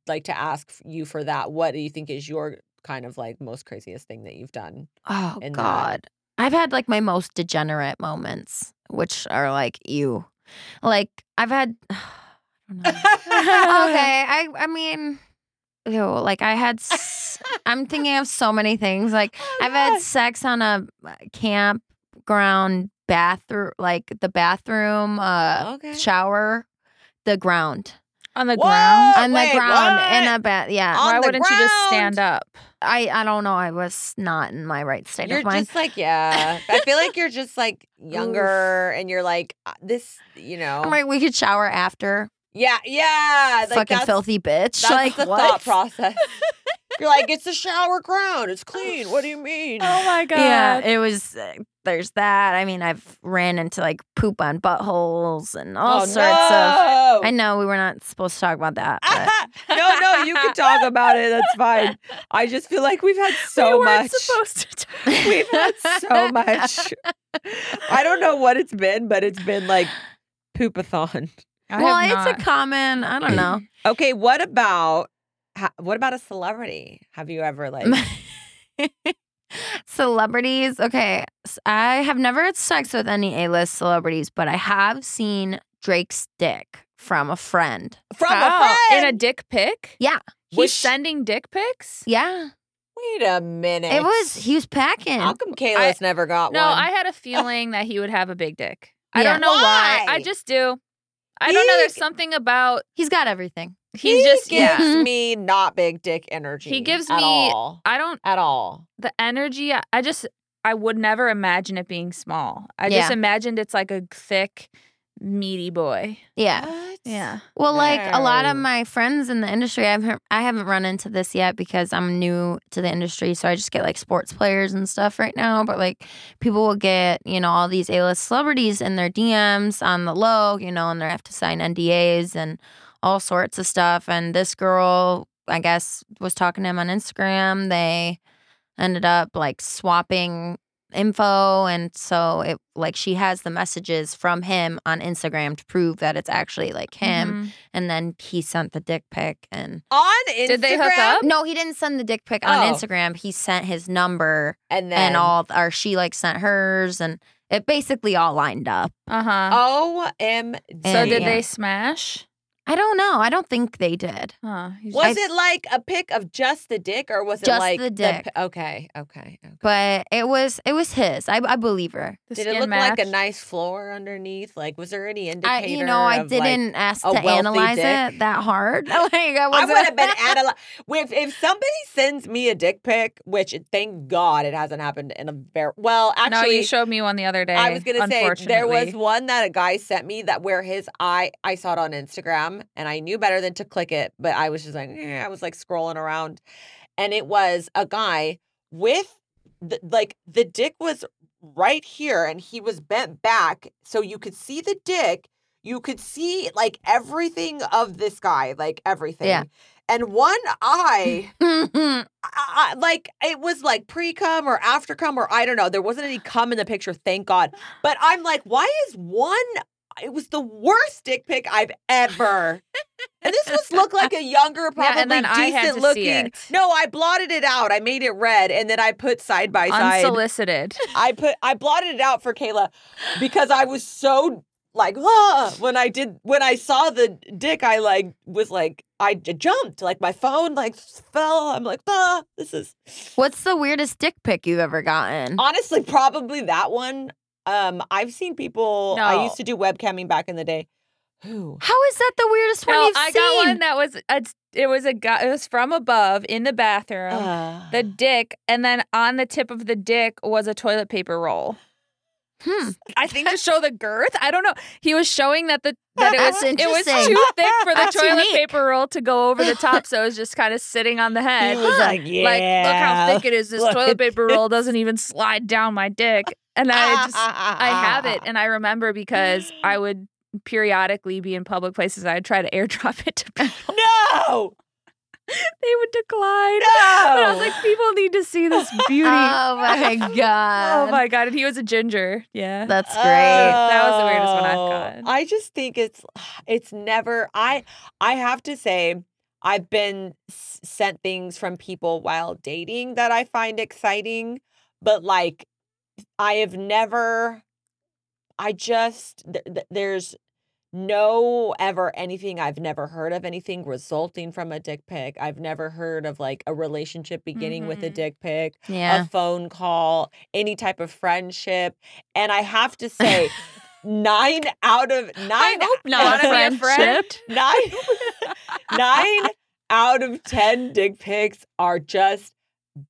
Speaker 4: like to ask you for that, what do you think is your kind of like most craziest thing that you've done?
Speaker 1: Oh
Speaker 4: in that.
Speaker 1: God. I've had like my most degenerate moments, which are like you. Like I've had I don't know. okay, I
Speaker 4: Oh,
Speaker 1: I mean ew, like I had s- I'm thinking of so many things. Like
Speaker 4: Oh,
Speaker 1: I've had
Speaker 4: God.
Speaker 1: sex on a campground bathroom like the bathroom uh
Speaker 4: Okay.
Speaker 1: shower the ground
Speaker 3: on the
Speaker 4: Whoa!
Speaker 3: ground.
Speaker 4: Oh,
Speaker 1: on
Speaker 4: wait,
Speaker 1: the ground in
Speaker 4: what?
Speaker 1: a bath yeah
Speaker 4: On
Speaker 3: Why
Speaker 4: the
Speaker 3: wouldn't you just stand
Speaker 4: ground!
Speaker 3: up?
Speaker 1: i i don't know i was not in my right state
Speaker 4: You're
Speaker 1: of mind
Speaker 4: just like yeah. I feel like you're just like younger, and you're like uh, this. You know.
Speaker 1: I'm like, we could shower after.
Speaker 4: Yeah, yeah. Like
Speaker 1: Fucking
Speaker 4: that's,
Speaker 1: filthy bitch.
Speaker 4: That's
Speaker 1: like
Speaker 4: the
Speaker 1: what?
Speaker 4: thought process. you're like it's a shower ground. It's clean. What do you mean?
Speaker 3: my god.
Speaker 1: Yeah, it was. Uh, there's that. I mean, I've ran into like poop on buttholes and all
Speaker 4: Oh,
Speaker 1: sorts
Speaker 4: no.
Speaker 1: of. I know we were not supposed to talk about that. But
Speaker 4: no, no, you can talk about it. That's fine. I just feel like we've had so
Speaker 3: we weren't
Speaker 4: much.
Speaker 3: supposed to talk.
Speaker 4: We've had so much. I don't know what it's been, but it's been like poopathon.
Speaker 3: I
Speaker 1: well, it's
Speaker 3: have not.
Speaker 1: a common. I don't know.
Speaker 4: Okay, what about ha- what about a celebrity? Have you ever like
Speaker 1: celebrities. Okay, s- I have never had sex with any A-list celebrities, but I have seen Drake's dick from a friend.
Speaker 4: from
Speaker 3: Wow,
Speaker 4: a friend?
Speaker 3: in a dick pic.
Speaker 1: Yeah.
Speaker 3: he's
Speaker 4: Was she-
Speaker 3: sending dick pics.
Speaker 1: Yeah,
Speaker 4: Wait a minute.
Speaker 1: it was. He was packing.
Speaker 4: How come Kayla's never got
Speaker 3: No,
Speaker 4: one?
Speaker 3: I had a feeling that he would have a big dick. I
Speaker 1: Yeah.
Speaker 3: don't know why.
Speaker 4: Why?
Speaker 3: I just do. I don't know. There's
Speaker 4: He-
Speaker 3: something about
Speaker 1: He's got everything.
Speaker 3: he's
Speaker 4: he
Speaker 3: just
Speaker 4: gives
Speaker 3: yeah.
Speaker 4: me not big dick energy.
Speaker 3: He gives
Speaker 4: at
Speaker 3: me-
Speaker 4: all,
Speaker 3: I don't
Speaker 4: at all.
Speaker 3: the energy. I, I just I would never imagine it being small. I just
Speaker 1: Yeah.
Speaker 3: imagined it's like a thick, meaty boy.
Speaker 1: Yeah.
Speaker 4: What?
Speaker 1: Well, like a lot of
Speaker 4: No.
Speaker 1: my friends in the industry, I've heard, I haven't run into this yet because I'm new to the industry, so I just get like sports players and stuff right now. But like people will get you know all these A-list celebrities in their DMs on the low, you know, and they have to sign NDAs and all sorts of stuff. And this girl, I guess, was talking to him on Instagram. They ended up like swapping info and so it like she has the messages from him on Instagram to prove that it's actually like him
Speaker 4: Mm-hmm.
Speaker 3: Mhm.
Speaker 1: and then he sent the dick pic and
Speaker 4: On Instagram.
Speaker 3: Did they hook up?
Speaker 1: no he didn't send the dick pic on
Speaker 4: Oh.
Speaker 1: instagram he sent his number
Speaker 4: And then
Speaker 1: and all or she like sent hers and it basically all lined up
Speaker 3: Uh huh.
Speaker 4: OMG.
Speaker 3: so
Speaker 1: and
Speaker 3: did
Speaker 1: yeah.
Speaker 3: they smash?
Speaker 1: i don't know i don't think they did
Speaker 3: Huh. he's
Speaker 4: Was
Speaker 3: just-
Speaker 4: it like a pic of just the dick, or was it
Speaker 1: Just
Speaker 4: like
Speaker 1: the dick.
Speaker 4: pi- okay, okay. okay.
Speaker 1: but it was it was his i, I believe her
Speaker 3: the
Speaker 4: Did
Speaker 3: skin
Speaker 4: it look
Speaker 3: match?
Speaker 4: like a nice floor underneath? Like, was there any
Speaker 1: I,
Speaker 4: indicator?
Speaker 1: you know, I
Speaker 4: of, like-
Speaker 1: didn't ask
Speaker 4: a
Speaker 1: to
Speaker 4: wealthy
Speaker 1: analyze
Speaker 4: dick?
Speaker 1: it that hard. Like, I,
Speaker 4: I
Speaker 1: wasn't-
Speaker 4: would have been analyzed. If, if somebody sends me a dick pic, which thank God it hasn't happened in a very well,
Speaker 3: no,
Speaker 4: actually,
Speaker 3: you showed me one the other day.
Speaker 4: I was gonna say there was
Speaker 3: unfortunately.
Speaker 4: one that a guy sent me that where his eye I saw it on Instagram and I knew better than to click it, but I was just like eh, I was like scrolling around, and it was a guy with the, like the dick was right here and he was bent back so you could see the dick, you could see like everything of this guy, like everything,
Speaker 1: Yeah.
Speaker 4: and one eye. I, I- like it was like pre cum or after cum or I don't know. There wasn't any cum in the picture, thank God. But I'm like, why is one? It was the worst dick pic I've ever. And this was looked like a younger,
Speaker 3: Yeah,
Speaker 4: probably
Speaker 3: and then I had to
Speaker 4: decent
Speaker 3: see
Speaker 4: looking.
Speaker 3: it.
Speaker 4: No, I blotted it out. I made it red, and then I put side by side.
Speaker 3: unsolicited.
Speaker 4: I put I blotted it out for Kayla because I was so like ah, when I did when I saw the dick. I like was like I j- jumped like my phone like fell. I'm like ah, this is
Speaker 1: What's the weirdest dick pic you've ever gotten?
Speaker 4: Honestly, probably that one. Um, I've seen people. I used
Speaker 3: No.
Speaker 4: to do webcamming back in the day. Who?
Speaker 1: How is that the weirdest one
Speaker 3: No,
Speaker 1: you've
Speaker 3: I
Speaker 1: seen?
Speaker 3: got one that was a, it was a guy it was from above in the bathroom.
Speaker 4: Uh,
Speaker 3: the dick, and then on the tip of the dick was a toilet paper roll.
Speaker 1: Hmm.
Speaker 3: I think to show the girth. I don't know. He was showing that the that it
Speaker 1: That's
Speaker 3: was it was
Speaker 1: interesting.
Speaker 3: too thick for the
Speaker 1: That's
Speaker 3: toilet
Speaker 1: unique.
Speaker 3: paper roll to go over the top, so it was just kind of sitting on the
Speaker 4: he
Speaker 3: head.
Speaker 4: was like, yeah.
Speaker 3: Like, look how thick it is. This
Speaker 4: Look
Speaker 3: toilet
Speaker 4: at
Speaker 3: paper roll doesn't even slide down my dick, and I just I have it, and I remember because I would periodically be in public places. I'd try to airdrop it to people.
Speaker 4: No.
Speaker 3: they would decline. But I was like, people need to see this beauty.
Speaker 1: Oh my god.
Speaker 4: Um,
Speaker 3: oh my god! And he was a ginger. Yeah.
Speaker 1: That's great.
Speaker 3: That was the weirdest one I've
Speaker 4: Oh.
Speaker 3: gotten.
Speaker 4: I just think it's it's never I I have to say I've been s- sent things from people while dating that I find exciting, but like I have never I just th- th- there's no ever anything I've never heard of anything resulting from a dick pic. I've never heard of like a relationship beginning with a
Speaker 3: Mhm.
Speaker 4: dick pic
Speaker 1: Yeah.
Speaker 4: a phone call, any type of friendship. And I have to say, nine out of nine,
Speaker 3: hope
Speaker 4: not.
Speaker 3: Wanna be a friend?
Speaker 4: nine, nine out of 10 dick pics are just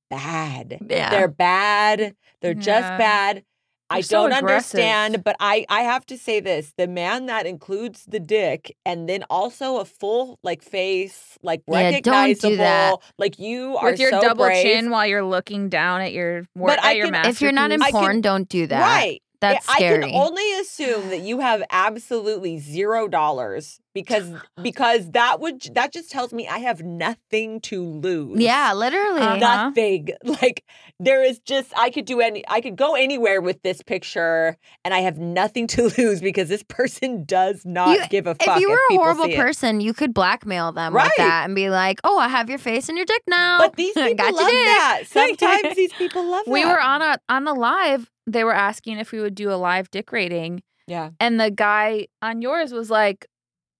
Speaker 4: bad.
Speaker 1: Yeah.
Speaker 4: They're bad. They're just
Speaker 3: Yeah.
Speaker 4: bad. I
Speaker 3: They're so
Speaker 4: don't
Speaker 3: aggressive.
Speaker 4: understand, but I, I have to say this the man that includes the dick and then also a full like face, like
Speaker 1: Yeah, don't
Speaker 4: recognizable,
Speaker 1: do that.
Speaker 4: like you are
Speaker 3: With your
Speaker 4: so
Speaker 3: double
Speaker 4: brave.
Speaker 3: chin while you're looking down at your work,
Speaker 4: But
Speaker 3: at
Speaker 4: I
Speaker 3: your
Speaker 4: can-
Speaker 1: If you're not in
Speaker 4: I
Speaker 3: masterpiece.
Speaker 4: can-
Speaker 1: porn, don't do that.
Speaker 4: Right. I-
Speaker 1: That's
Speaker 4: I
Speaker 1: scary.
Speaker 4: can only assume that you have absolutely zero dollars because because that would j- that just tells me I have nothing to lose.
Speaker 1: yeah, literally.
Speaker 3: Uh, that- Uh-huh.
Speaker 4: Nothing. Like there is just I could do any I could go anywhere with this picture and I have nothing to lose because this person does not
Speaker 1: You-
Speaker 4: give a fuck.
Speaker 1: if you were a
Speaker 4: people
Speaker 1: horrible
Speaker 4: see it.
Speaker 1: person, you could blackmail them
Speaker 4: Right.
Speaker 1: with that and be like, "Oh, I have your face and your dick now."
Speaker 4: But these people
Speaker 1: Got your
Speaker 4: love
Speaker 1: dick.
Speaker 4: that. Sometimes these people love
Speaker 3: we
Speaker 4: that.
Speaker 3: were on a on the live. They were asking if we would do a live dick rating,
Speaker 4: Yeah.
Speaker 3: and the guy on yours was like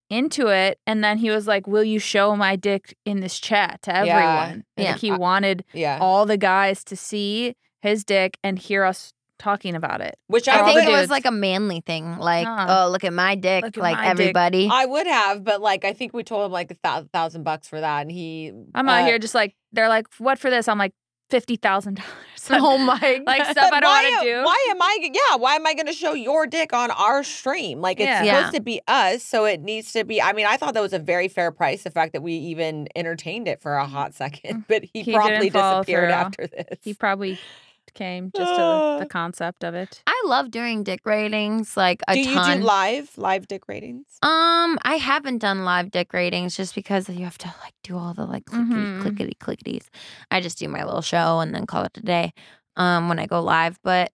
Speaker 3: into it, and then he was like, "Will you show my dick in this chat to everyone?"
Speaker 4: Yeah.
Speaker 3: I think
Speaker 1: Yeah.
Speaker 3: he wanted
Speaker 4: Yeah.
Speaker 3: all the guys to see his dick and hear us talking about it.
Speaker 4: Which
Speaker 1: I
Speaker 3: all
Speaker 1: think it
Speaker 3: the
Speaker 1: was
Speaker 3: dudes.
Speaker 1: like a manly thing, like,
Speaker 3: Huh.
Speaker 1: "Oh, look at my dick,"
Speaker 3: Look at
Speaker 1: like
Speaker 3: my dick.
Speaker 1: everybody.
Speaker 4: I would have, but like I think we told him like a thou- thousand bucks for that, and he.
Speaker 3: I'm out
Speaker 4: uh,
Speaker 3: here just like they're like, "What for this?" I'm like, fifty thousand dollars.
Speaker 1: oh my!
Speaker 3: like
Speaker 1: God.
Speaker 3: stuff I don't
Speaker 4: why,
Speaker 3: want to do.
Speaker 4: Why am I? Yeah, why am I going to show your dick on our stream? Like it's
Speaker 3: Yeah.
Speaker 1: Yeah.
Speaker 4: supposed to be us, so it needs to be. I mean, I thought that was a very fair price. The fact that we even entertained it for a hot second, but he,
Speaker 3: Mm. He
Speaker 4: promptly
Speaker 3: didn't follow
Speaker 4: disappeared
Speaker 3: through.
Speaker 4: after this.
Speaker 3: He probably came just
Speaker 4: Uh.
Speaker 1: Ah.
Speaker 3: to the concept of it.
Speaker 1: I love doing dick ratings, like a
Speaker 4: do you
Speaker 1: ton.
Speaker 4: do live live dick ratings?
Speaker 1: Um, I haven't done live dick ratings just because you have to like do all the like clickety
Speaker 3: Mhm.
Speaker 1: clickety clicketies. I just do my little show and then call it a day. Um, when I go live, but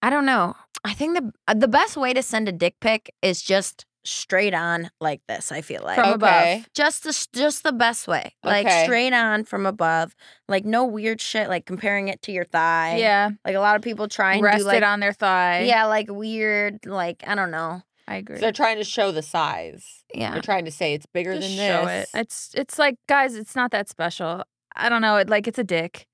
Speaker 1: I don't know. I think the uh, the best way to send a dick pic is just straight on like this. I feel like
Speaker 3: From
Speaker 4: Okay.
Speaker 3: above.
Speaker 1: just the just the best way, like
Speaker 4: Okay.
Speaker 1: straight on from above, like no weird shit, like comparing it to your thigh.
Speaker 3: yeah.
Speaker 1: like a lot of people try and
Speaker 3: Rested
Speaker 1: do like
Speaker 3: on their thigh.
Speaker 1: yeah, like weird, like I don't know,
Speaker 3: I agree.
Speaker 4: They're trying to show the size.
Speaker 1: yeah.
Speaker 4: They're trying to say it's bigger
Speaker 3: Just
Speaker 4: than
Speaker 3: show
Speaker 4: this.
Speaker 3: it. It's it's like guys, it's not that special. I don't know. It, like it's a dick.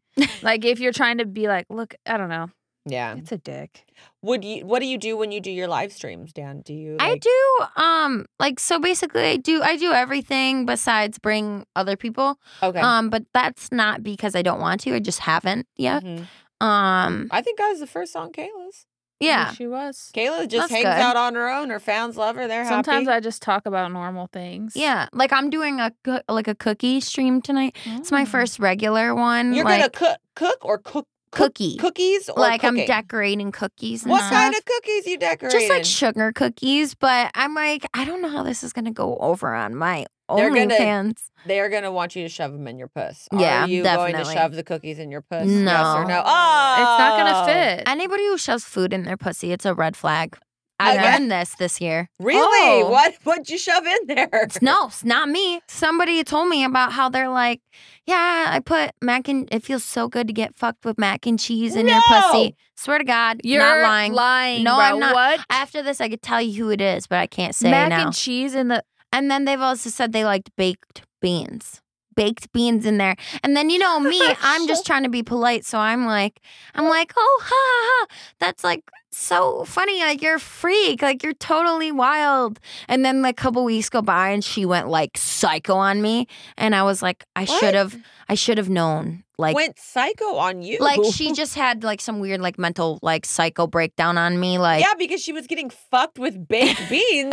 Speaker 3: like if you're trying to be like, look, I don't know,
Speaker 4: yeah.
Speaker 3: it's a dick.
Speaker 4: Would you? What do you do when you do your live streams, Dan? Do you?
Speaker 1: I
Speaker 4: like-
Speaker 1: do um like so basically I do I do everything besides bring other people.
Speaker 4: Okay.
Speaker 1: Um but that's not because I don't want to. I just haven't yet.
Speaker 4: Mhm.
Speaker 1: Um
Speaker 4: I think I was the first on Kayla's.
Speaker 3: I think
Speaker 1: yeah.
Speaker 3: she was.
Speaker 4: Kayla just
Speaker 1: That's
Speaker 4: hangs
Speaker 1: good.
Speaker 4: out on her own. Her fans love her. They're
Speaker 3: Sometimes
Speaker 4: happy.
Speaker 3: I just talk about normal things.
Speaker 1: Yeah, like I'm doing a coo- like a cookie stream tonight. It's my
Speaker 3: Mm.
Speaker 1: first regular one.
Speaker 4: You're
Speaker 1: like,
Speaker 4: gonna cook, cook or cook
Speaker 1: cookie.
Speaker 4: cookies or
Speaker 1: like I'm
Speaker 4: cooking?
Speaker 1: decorating cookies and
Speaker 4: What
Speaker 1: stuff.
Speaker 4: kind of cookies you decorating?
Speaker 1: just like sugar cookies, but I'm like I don't know how this is gonna go over on my
Speaker 4: They're gonna-
Speaker 1: OnlyFans.
Speaker 4: they are gonna want you to shove them in your puss.
Speaker 1: Yeah,
Speaker 4: are you going to
Speaker 1: definitely.
Speaker 4: shove the cookies in your puss? Yes
Speaker 1: No.
Speaker 4: or no?
Speaker 3: It's
Speaker 4: Oh,
Speaker 3: not gonna fit.
Speaker 1: Anybody who shoves food in their pussy, it's a red flag. I
Speaker 4: Okay.
Speaker 1: learned this this year.
Speaker 4: Really?
Speaker 3: Oh.
Speaker 4: What? What'd you shove in there?
Speaker 1: It's- No, it's not me. Somebody told me about how they're like, yeah, I put mac and it feels so good to get fucked with mac and cheese in your
Speaker 4: No!
Speaker 1: pussy. Swear to God,
Speaker 3: You're
Speaker 1: not lying. No,
Speaker 3: bro.
Speaker 1: I'm not.
Speaker 3: What?
Speaker 1: After this, I could tell you who it is, but I can't say
Speaker 3: Mac
Speaker 1: now.
Speaker 3: and cheese in the
Speaker 1: and then they've also said they liked baked beans. Baked beans in there. And then you know me, I'm just trying to be polite. So I'm like, I'm like, oh ha ha. ha. That's like so funny. Like you're a freak. Like you're totally wild. And then like a couple weeks go by and she went like psycho on me. And I was like, I
Speaker 4: What?
Speaker 1: should have I should have known. Like
Speaker 4: Went psycho on you.
Speaker 1: like she just had like some weird like mental like psycho breakdown on me. Like
Speaker 4: yeah, because she was getting fucked with baked beans,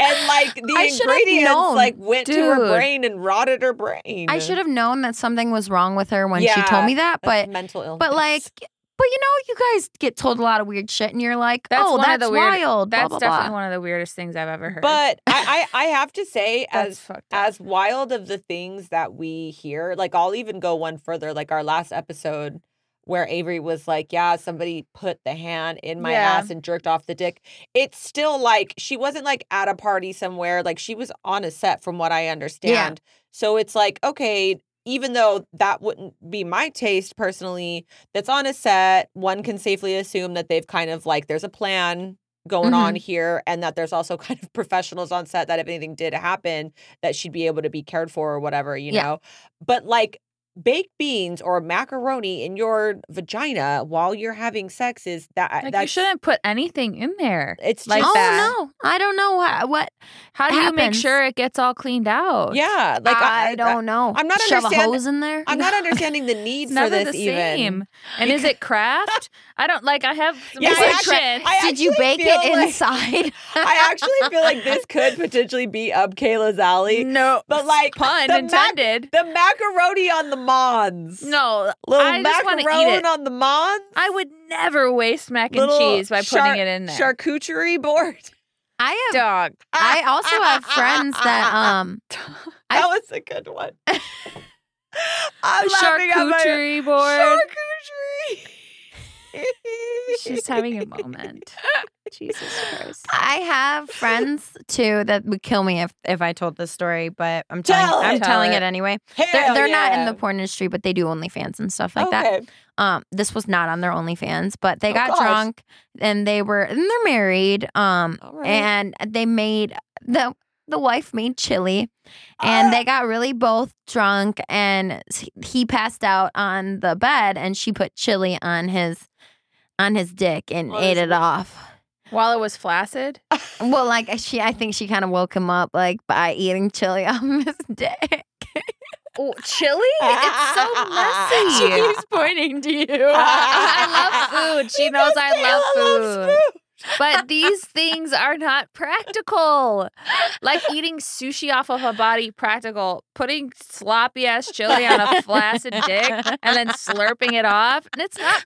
Speaker 4: and like the
Speaker 1: I should've
Speaker 4: ingredients
Speaker 1: known,
Speaker 4: like went to her
Speaker 1: dude.
Speaker 4: brain and rotted her brain.
Speaker 1: I should have known that something was wrong with her when she
Speaker 4: Yeah,
Speaker 1: told me that,
Speaker 4: Oh, That's
Speaker 1: but
Speaker 4: mental illness.
Speaker 1: But like But you know, you guys get told a lot of weird shit, and you're like,
Speaker 3: That's
Speaker 1: "Oh,
Speaker 3: one of
Speaker 1: that's
Speaker 3: the weird-
Speaker 1: wild." blah,
Speaker 3: That's
Speaker 1: blah,
Speaker 3: definitely
Speaker 1: blah.
Speaker 3: one of the weirdest things I've ever heard.
Speaker 4: But I, I, I have to say,
Speaker 3: that's
Speaker 4: as
Speaker 3: fucked up.
Speaker 4: as wild of the things that we hear, like I'll even go one further, like our last episode where Avery was like, Yeah, somebody put the hand in my
Speaker 3: Yeah.
Speaker 4: ass and jerked off the dick. It's still like she wasn't like at a party somewhere. Like she was on a set from what I understand. So it's like, okay, even though that wouldn't be my taste personally, that's on a set, one can safely assume that they've kind of like there's a plan going on
Speaker 3: Mm-hmm.
Speaker 4: here and that there's also kind of professionals on set that if anything did happen that she'd be able to be cared for or whatever, you
Speaker 1: Yeah.
Speaker 4: know. But like baked beans or macaroni in your vagina while you're having sex is that
Speaker 3: like, you
Speaker 4: that's-
Speaker 3: shouldn't put anything in there.
Speaker 4: it's
Speaker 3: like
Speaker 1: oh
Speaker 4: just,
Speaker 3: that.
Speaker 1: no, I don't know what. what
Speaker 3: How do you make
Speaker 1: happens.
Speaker 3: sure it gets all cleaned out?
Speaker 4: yeah like
Speaker 1: I, don't know.
Speaker 4: I'm not
Speaker 1: shove a
Speaker 4: understand-
Speaker 1: hose in there.
Speaker 4: i'm not understanding the need
Speaker 3: It's
Speaker 4: for
Speaker 3: never
Speaker 4: this
Speaker 3: the
Speaker 4: even
Speaker 3: same. And is it craft? I don't like. I have some
Speaker 4: Yeah, I
Speaker 3: questions.
Speaker 4: actually- I
Speaker 1: Did you
Speaker 4: actually
Speaker 1: bake
Speaker 4: feel
Speaker 1: it
Speaker 4: like-
Speaker 1: inside?
Speaker 4: i actually feel like this could potentially be up kayla's alley
Speaker 3: no,
Speaker 4: but like
Speaker 3: Mm, pun
Speaker 4: the mac-
Speaker 3: intended.
Speaker 4: the macaroni on the mons
Speaker 3: no,
Speaker 4: little
Speaker 3: I just wanna eat
Speaker 4: macaron
Speaker 3: it.
Speaker 4: on the mons
Speaker 3: I would never waste mac and
Speaker 4: little
Speaker 3: cheese by
Speaker 4: char-
Speaker 3: putting it in there.
Speaker 4: charcuterie board Ah,
Speaker 1: I have.
Speaker 3: Dog.
Speaker 1: I also have friends that um. I-
Speaker 4: that was a good one i'm laughing at my
Speaker 3: Charcuterie board.
Speaker 4: Charcuterie.
Speaker 3: She's having a moment. Jesus Christ.
Speaker 1: I have friends too that would kill me if, if I told this story, but I'm telling
Speaker 4: Tell
Speaker 1: I'm
Speaker 4: it.
Speaker 1: telling
Speaker 3: Tell
Speaker 1: it
Speaker 3: it.
Speaker 1: anyway.
Speaker 4: Hell
Speaker 1: They're, they're not in
Speaker 4: yeah. Oh,
Speaker 1: the porn industry, but they do OnlyFans and stuff like that.
Speaker 4: Okay.
Speaker 1: Um, this was not on their OnlyFans, but they
Speaker 4: Oh,
Speaker 1: got
Speaker 4: gosh.
Speaker 1: drunk and they were and they're married. Um,
Speaker 4: All right.
Speaker 1: and they made the the wife made chili, and
Speaker 4: Ah.
Speaker 1: they got really both drunk, and s- he passed out on the bed, and she put chili on his on his dick and
Speaker 4: Well,
Speaker 1: ate
Speaker 4: this-
Speaker 1: it off.
Speaker 3: While it was flaccid.
Speaker 1: Well, like she, I think she kind of woke him up, like by eating chili on his dick.
Speaker 3: Oh, chili?
Speaker 4: It's so messy.
Speaker 1: she keeps pointing to you.
Speaker 3: I love food. She knows I love
Speaker 4: Kayla loves
Speaker 3: food. But these things are not practical. Like eating sushi off of a body, practical. Putting sloppy ass chili on a flaccid dick and then slurping it off, and it's not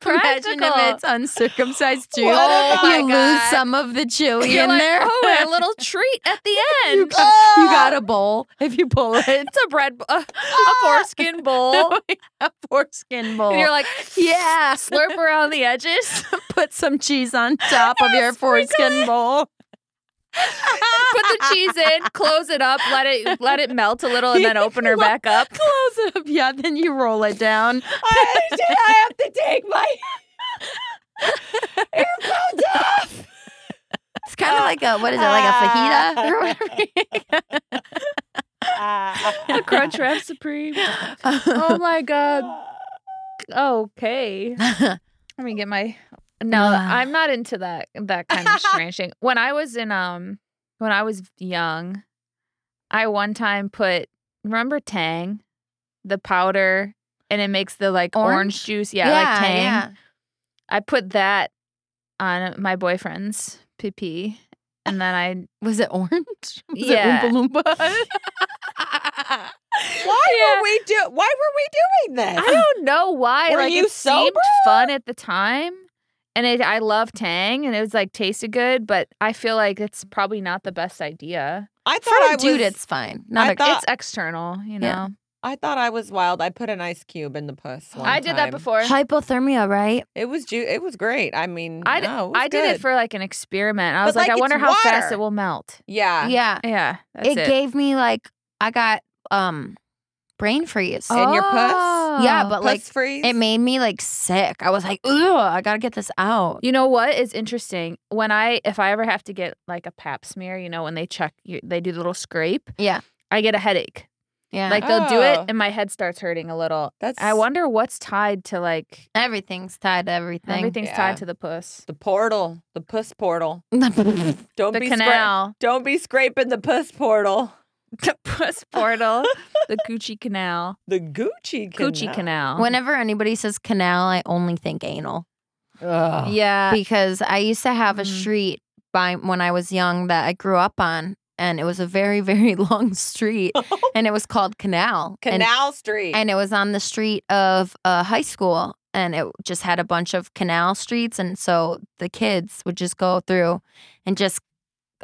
Speaker 3: practical.
Speaker 1: Imagine if it's uncircumcised too.
Speaker 4: What
Speaker 1: Oh
Speaker 4: about-
Speaker 1: you
Speaker 3: Oh my
Speaker 1: lose
Speaker 3: God.
Speaker 1: some of the chili
Speaker 3: You're
Speaker 1: in
Speaker 3: like,
Speaker 1: there.
Speaker 3: oh, a little treat at the end.
Speaker 1: you, got, you got a bowl if you pull it.
Speaker 3: it's a bread, a, a foreskin bowl.
Speaker 1: a foreskin bowl.
Speaker 3: And you're like,
Speaker 1: yeah,
Speaker 3: slurp around the edges.
Speaker 1: put some cheese on top of your foreskin bowl.
Speaker 3: Put the cheese in, close it up, let it let it melt a little, and then open her back up.
Speaker 1: Close it up, yeah. Then you roll it down.
Speaker 4: I, I have to take my earphones off.
Speaker 1: It's kind of like a what is it? Like a fajita or whatever.
Speaker 3: The crunch wrap supreme.
Speaker 1: Um,
Speaker 3: Oh my god. Okay. Let me get my. No,
Speaker 1: Ugh.
Speaker 3: I'm not into that that kind of strange thing. When I was in um, when I was young, I one time put remember Tang, the powder, and it makes the like orange,
Speaker 1: Orange?
Speaker 3: juice. Yeah, like Tang. I put that on my boyfriend's pee pee, and then I
Speaker 1: Was it orange? Was
Speaker 3: Yeah.
Speaker 1: it Oompa Loompa?
Speaker 4: Why
Speaker 3: Yeah.
Speaker 4: were we do? Why were we doing this?
Speaker 3: I don't know why.
Speaker 4: Were
Speaker 3: like
Speaker 4: you
Speaker 3: it seemed
Speaker 4: sober?
Speaker 3: fun at the time. And it, I love Tang and it was like tasted good, but I feel like it's probably not the best idea.
Speaker 4: I
Speaker 1: For
Speaker 4: thought I
Speaker 1: a
Speaker 4: was.
Speaker 1: dude, it's fine.
Speaker 4: I
Speaker 1: Not a
Speaker 4: thought-
Speaker 3: it's external, you
Speaker 1: Yeah.
Speaker 3: know.
Speaker 4: I thought I was wild. I put an ice cube in the puss. one
Speaker 3: I did that
Speaker 4: time.
Speaker 3: before.
Speaker 1: hypothermia, right?
Speaker 4: It was ju- It was great. I mean,
Speaker 3: I d-
Speaker 4: no, it was
Speaker 3: I did it
Speaker 4: good.
Speaker 3: for like an experiment. I
Speaker 4: But,
Speaker 3: was like,
Speaker 4: like,
Speaker 3: I wonder
Speaker 4: it's
Speaker 3: how fast
Speaker 4: water.
Speaker 3: it will melt.
Speaker 4: Yeah.
Speaker 1: yeah,
Speaker 3: Yeah. That's
Speaker 1: it,
Speaker 3: it.
Speaker 1: gave me like I got um brain freeze.
Speaker 4: in your puss? Oh.
Speaker 1: Yeah, but like
Speaker 4: Puss freeze.
Speaker 1: it made me like sick. I was like, ugh, I gotta get this out.
Speaker 3: You know what is interesting? When I, if I ever have to get like a pap smear, you know, when they check, you, they do the little scrape.
Speaker 1: Yeah.
Speaker 3: I get a headache.
Speaker 1: Yeah,
Speaker 3: Like they'll do
Speaker 4: Oh.
Speaker 3: it, and my head starts hurting a little.
Speaker 4: That's
Speaker 3: I wonder what's tied to like
Speaker 1: everything's tied to everything.
Speaker 3: everything's
Speaker 4: Yeah.
Speaker 3: tied to the puss.
Speaker 4: the portal, the puss portal. Don't
Speaker 3: The
Speaker 4: be scra-
Speaker 3: canal,
Speaker 4: don't be scraping the puss portal.
Speaker 3: the puss portal, the Gucci canal,
Speaker 4: The Gucci canal.
Speaker 3: Gucci canal.
Speaker 1: Um, Whenever anybody says canal, I only think anal.
Speaker 4: Ugh.
Speaker 3: yeah,
Speaker 1: because I used to have a
Speaker 3: Mhm.
Speaker 1: street by when I was young that I grew up on, and it was a very very long street, and it was called Canal. And-
Speaker 4: Canal Street.
Speaker 1: and, it was on the street of a high school, and it just had a bunch of canal streets. And so the kids would just go through and just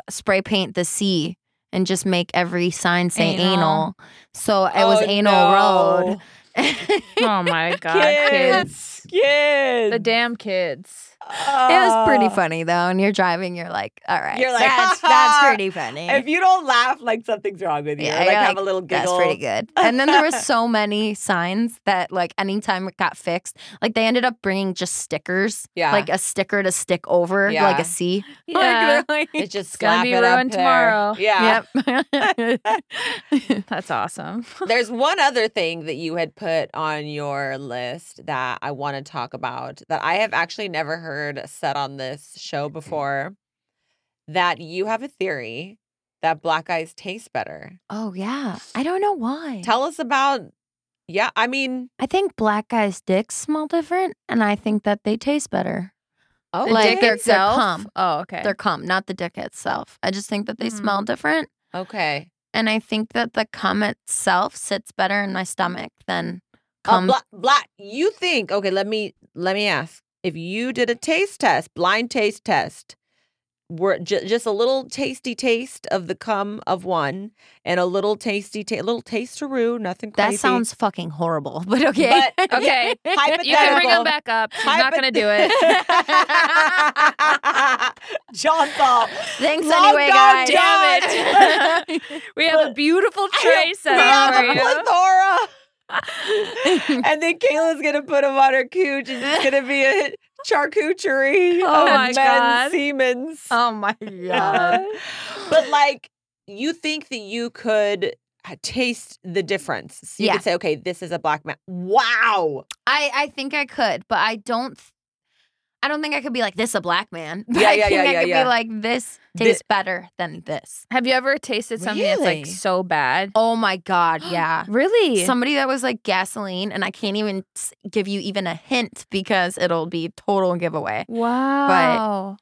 Speaker 1: spray paint the C and just make every sign say anal.
Speaker 3: Anal.
Speaker 1: So it was
Speaker 4: Oh,
Speaker 1: Anal
Speaker 4: no.
Speaker 1: Road. it
Speaker 3: Oh my god, kids.
Speaker 4: Kids.
Speaker 3: The damn kids.
Speaker 1: was pretty
Speaker 4: Oh.
Speaker 1: funny though. And you're driving, you're like, all right,
Speaker 4: You're like,
Speaker 1: that's, that's pretty funny.
Speaker 4: If you don't laugh, like something's wrong with you.
Speaker 1: Yeah,
Speaker 4: like,
Speaker 1: you're
Speaker 4: have
Speaker 1: like,
Speaker 4: a little
Speaker 1: That's
Speaker 4: giggle.
Speaker 1: pretty good. And then there were so many signs that like anytime it got fixed, like they ended up bringing just stickers,
Speaker 4: Yeah.
Speaker 1: like a sticker to stick over, like
Speaker 4: Yeah.
Speaker 1: a C.
Speaker 3: Yeah.
Speaker 1: Like, they're like-
Speaker 4: it's just
Speaker 3: gonna
Speaker 4: slap
Speaker 3: be
Speaker 4: it up
Speaker 3: ruined
Speaker 4: there.
Speaker 3: tomorrow.
Speaker 4: Yeah.
Speaker 1: Yep.
Speaker 3: That's awesome.
Speaker 4: There's one other thing that you had put on your list that I want to talk about that I have actually never heard said on this show
Speaker 1: Mm-hmm.
Speaker 4: before. That you have a theory that black guys taste better.
Speaker 1: oh yeah. I don't know why.
Speaker 4: Tell us about. Yeah, I mean,
Speaker 1: I think black guys' dicks smell different, and I think that they taste better.
Speaker 4: oh,
Speaker 1: Like, they're-
Speaker 3: dick
Speaker 1: they're
Speaker 3: itself?
Speaker 1: cum.
Speaker 3: Oh, okay.
Speaker 1: Their cum, not the dick itself. I just think that they smell
Speaker 3: Mm.
Speaker 1: different,
Speaker 4: okay.
Speaker 1: and I think that the cum itself sits better in my stomach than
Speaker 4: Um,
Speaker 1: cum.
Speaker 4: black, You think? Okay, let me let me ask. If you did a taste test, blind taste test, were j- just a little tasty taste of the cum of one, and a little tasty, ta- little taste-a-roo, nothing
Speaker 1: that
Speaker 4: crazy.
Speaker 1: sounds fucking horrible, but okay.
Speaker 4: But-
Speaker 3: okay.
Speaker 4: hypothetical.
Speaker 3: You can bring him back up. He's not gonna do it.
Speaker 4: John Paul.
Speaker 1: Thanks
Speaker 4: Love
Speaker 1: anyway,
Speaker 4: God
Speaker 1: guys.
Speaker 3: damn We have a beautiful tray set
Speaker 4: we
Speaker 3: up for
Speaker 4: have a
Speaker 3: you.
Speaker 4: plethora. and then Kayla's gonna put him on her cooch, and it's gonna be a charcuterie
Speaker 3: Oh
Speaker 4: of
Speaker 3: my
Speaker 4: men's
Speaker 3: God.
Speaker 4: Siemens.
Speaker 1: oh my god.
Speaker 4: but like, you think that you could uh, taste the difference? So you
Speaker 1: Yeah.
Speaker 4: could say, okay, this is a black man. Wow.
Speaker 1: I I think I could, but I don't. th- I don't think I could be like this a black man. But
Speaker 4: Yeah,
Speaker 1: I
Speaker 4: yeah,
Speaker 1: think
Speaker 4: yeah,
Speaker 1: I
Speaker 4: yeah,
Speaker 1: could
Speaker 4: yeah.
Speaker 1: be like this
Speaker 4: Thi-
Speaker 1: tastes better than this.
Speaker 3: Have you ever tasted something that's
Speaker 4: Really?
Speaker 3: like so bad?
Speaker 1: Oh my god, yeah.
Speaker 3: Really?
Speaker 1: Somebody that was like gasoline, and I can't even s- give you even a hint because it'll be total giveaway.
Speaker 3: wow.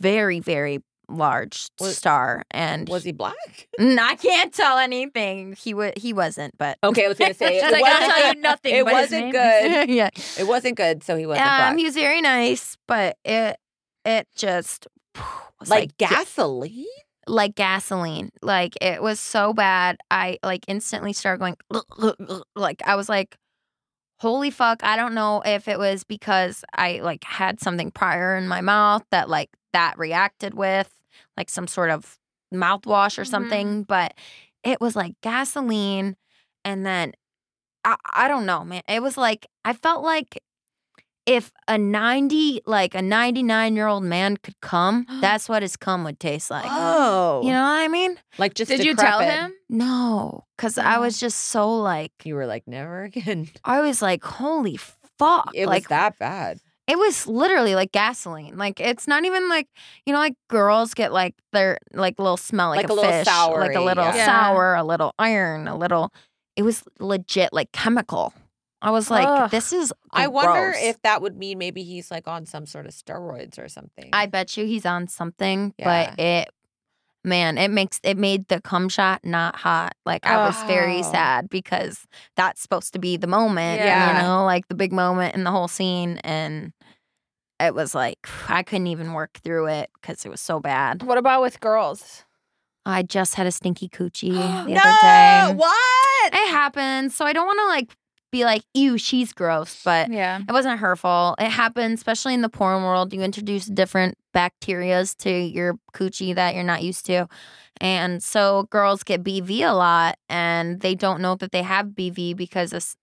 Speaker 1: Very very large
Speaker 4: Was-
Speaker 1: star, and
Speaker 4: Was he black?
Speaker 1: Mm, I can't tell anything. He wa he wasn't, but
Speaker 4: Okay, I was gonna say it,
Speaker 3: She's like, I'll
Speaker 4: wasn't-
Speaker 3: tell you nothing,
Speaker 4: It
Speaker 3: but his name
Speaker 4: wasn't good.
Speaker 1: yeah.
Speaker 4: It wasn't good, so he wasn't
Speaker 1: Um,
Speaker 4: black.
Speaker 1: he was very nice, but it it just was
Speaker 4: like,
Speaker 1: like
Speaker 4: gasoline?
Speaker 1: like gasoline. Like it was so bad. I like instantly started going like I was like holy fuck, I don't know if it was because I like had something prior in my mouth that like that reacted with like some sort of mouthwash or
Speaker 3: Mhm.
Speaker 1: something, but it was like gasoline and then I, I don't know, man. It was like I felt like if a 90 like a 99 year old man could come, that's what his cum would taste like.
Speaker 4: oh.
Speaker 1: You know what I mean?
Speaker 4: like just
Speaker 3: Did you tell
Speaker 4: decrepit.
Speaker 3: him?
Speaker 1: No, because I
Speaker 3: Oh.
Speaker 1: was just so like,
Speaker 4: Mm-hmm. You were like, never again.
Speaker 1: I was like, holy fuck.
Speaker 4: It
Speaker 1: like,
Speaker 4: was that bad.
Speaker 1: It was literally like gasoline. Like, it's not even like, you know, like girls get like their like little smell like,
Speaker 4: Like a little
Speaker 1: fish, like a
Speaker 4: soury,
Speaker 1: little
Speaker 4: yeah.
Speaker 3: Yeah.
Speaker 1: sour, a little iron, a little. It was legit like chemical. I was like,
Speaker 3: Ugh.
Speaker 1: this is.
Speaker 4: I wonder
Speaker 1: gross.
Speaker 4: if that would mean maybe he's like on some sort of steroids or something.
Speaker 1: I bet you he's on something, but
Speaker 4: Yeah.
Speaker 1: it, man, it makes it made the cum shot not hot. Like I was very
Speaker 4: Oh.
Speaker 1: sad because that's supposed to be the moment,
Speaker 4: Yeah.
Speaker 1: you know, like the big moment in the whole scene, and it was like I couldn't even work through it because it was so bad.
Speaker 3: What about with girls?
Speaker 1: I just had a stinky coochie the
Speaker 4: no,
Speaker 1: other day.
Speaker 4: what?
Speaker 1: It happens, so I don't want to like be like, ew, she's gross, but
Speaker 3: Yeah.
Speaker 1: it wasn't her fault. It happens, especially in the porn world. You introduce different bacterias to your coochie that you're not used to. And so girls get BV a lot and they don't know that they have BV because of s-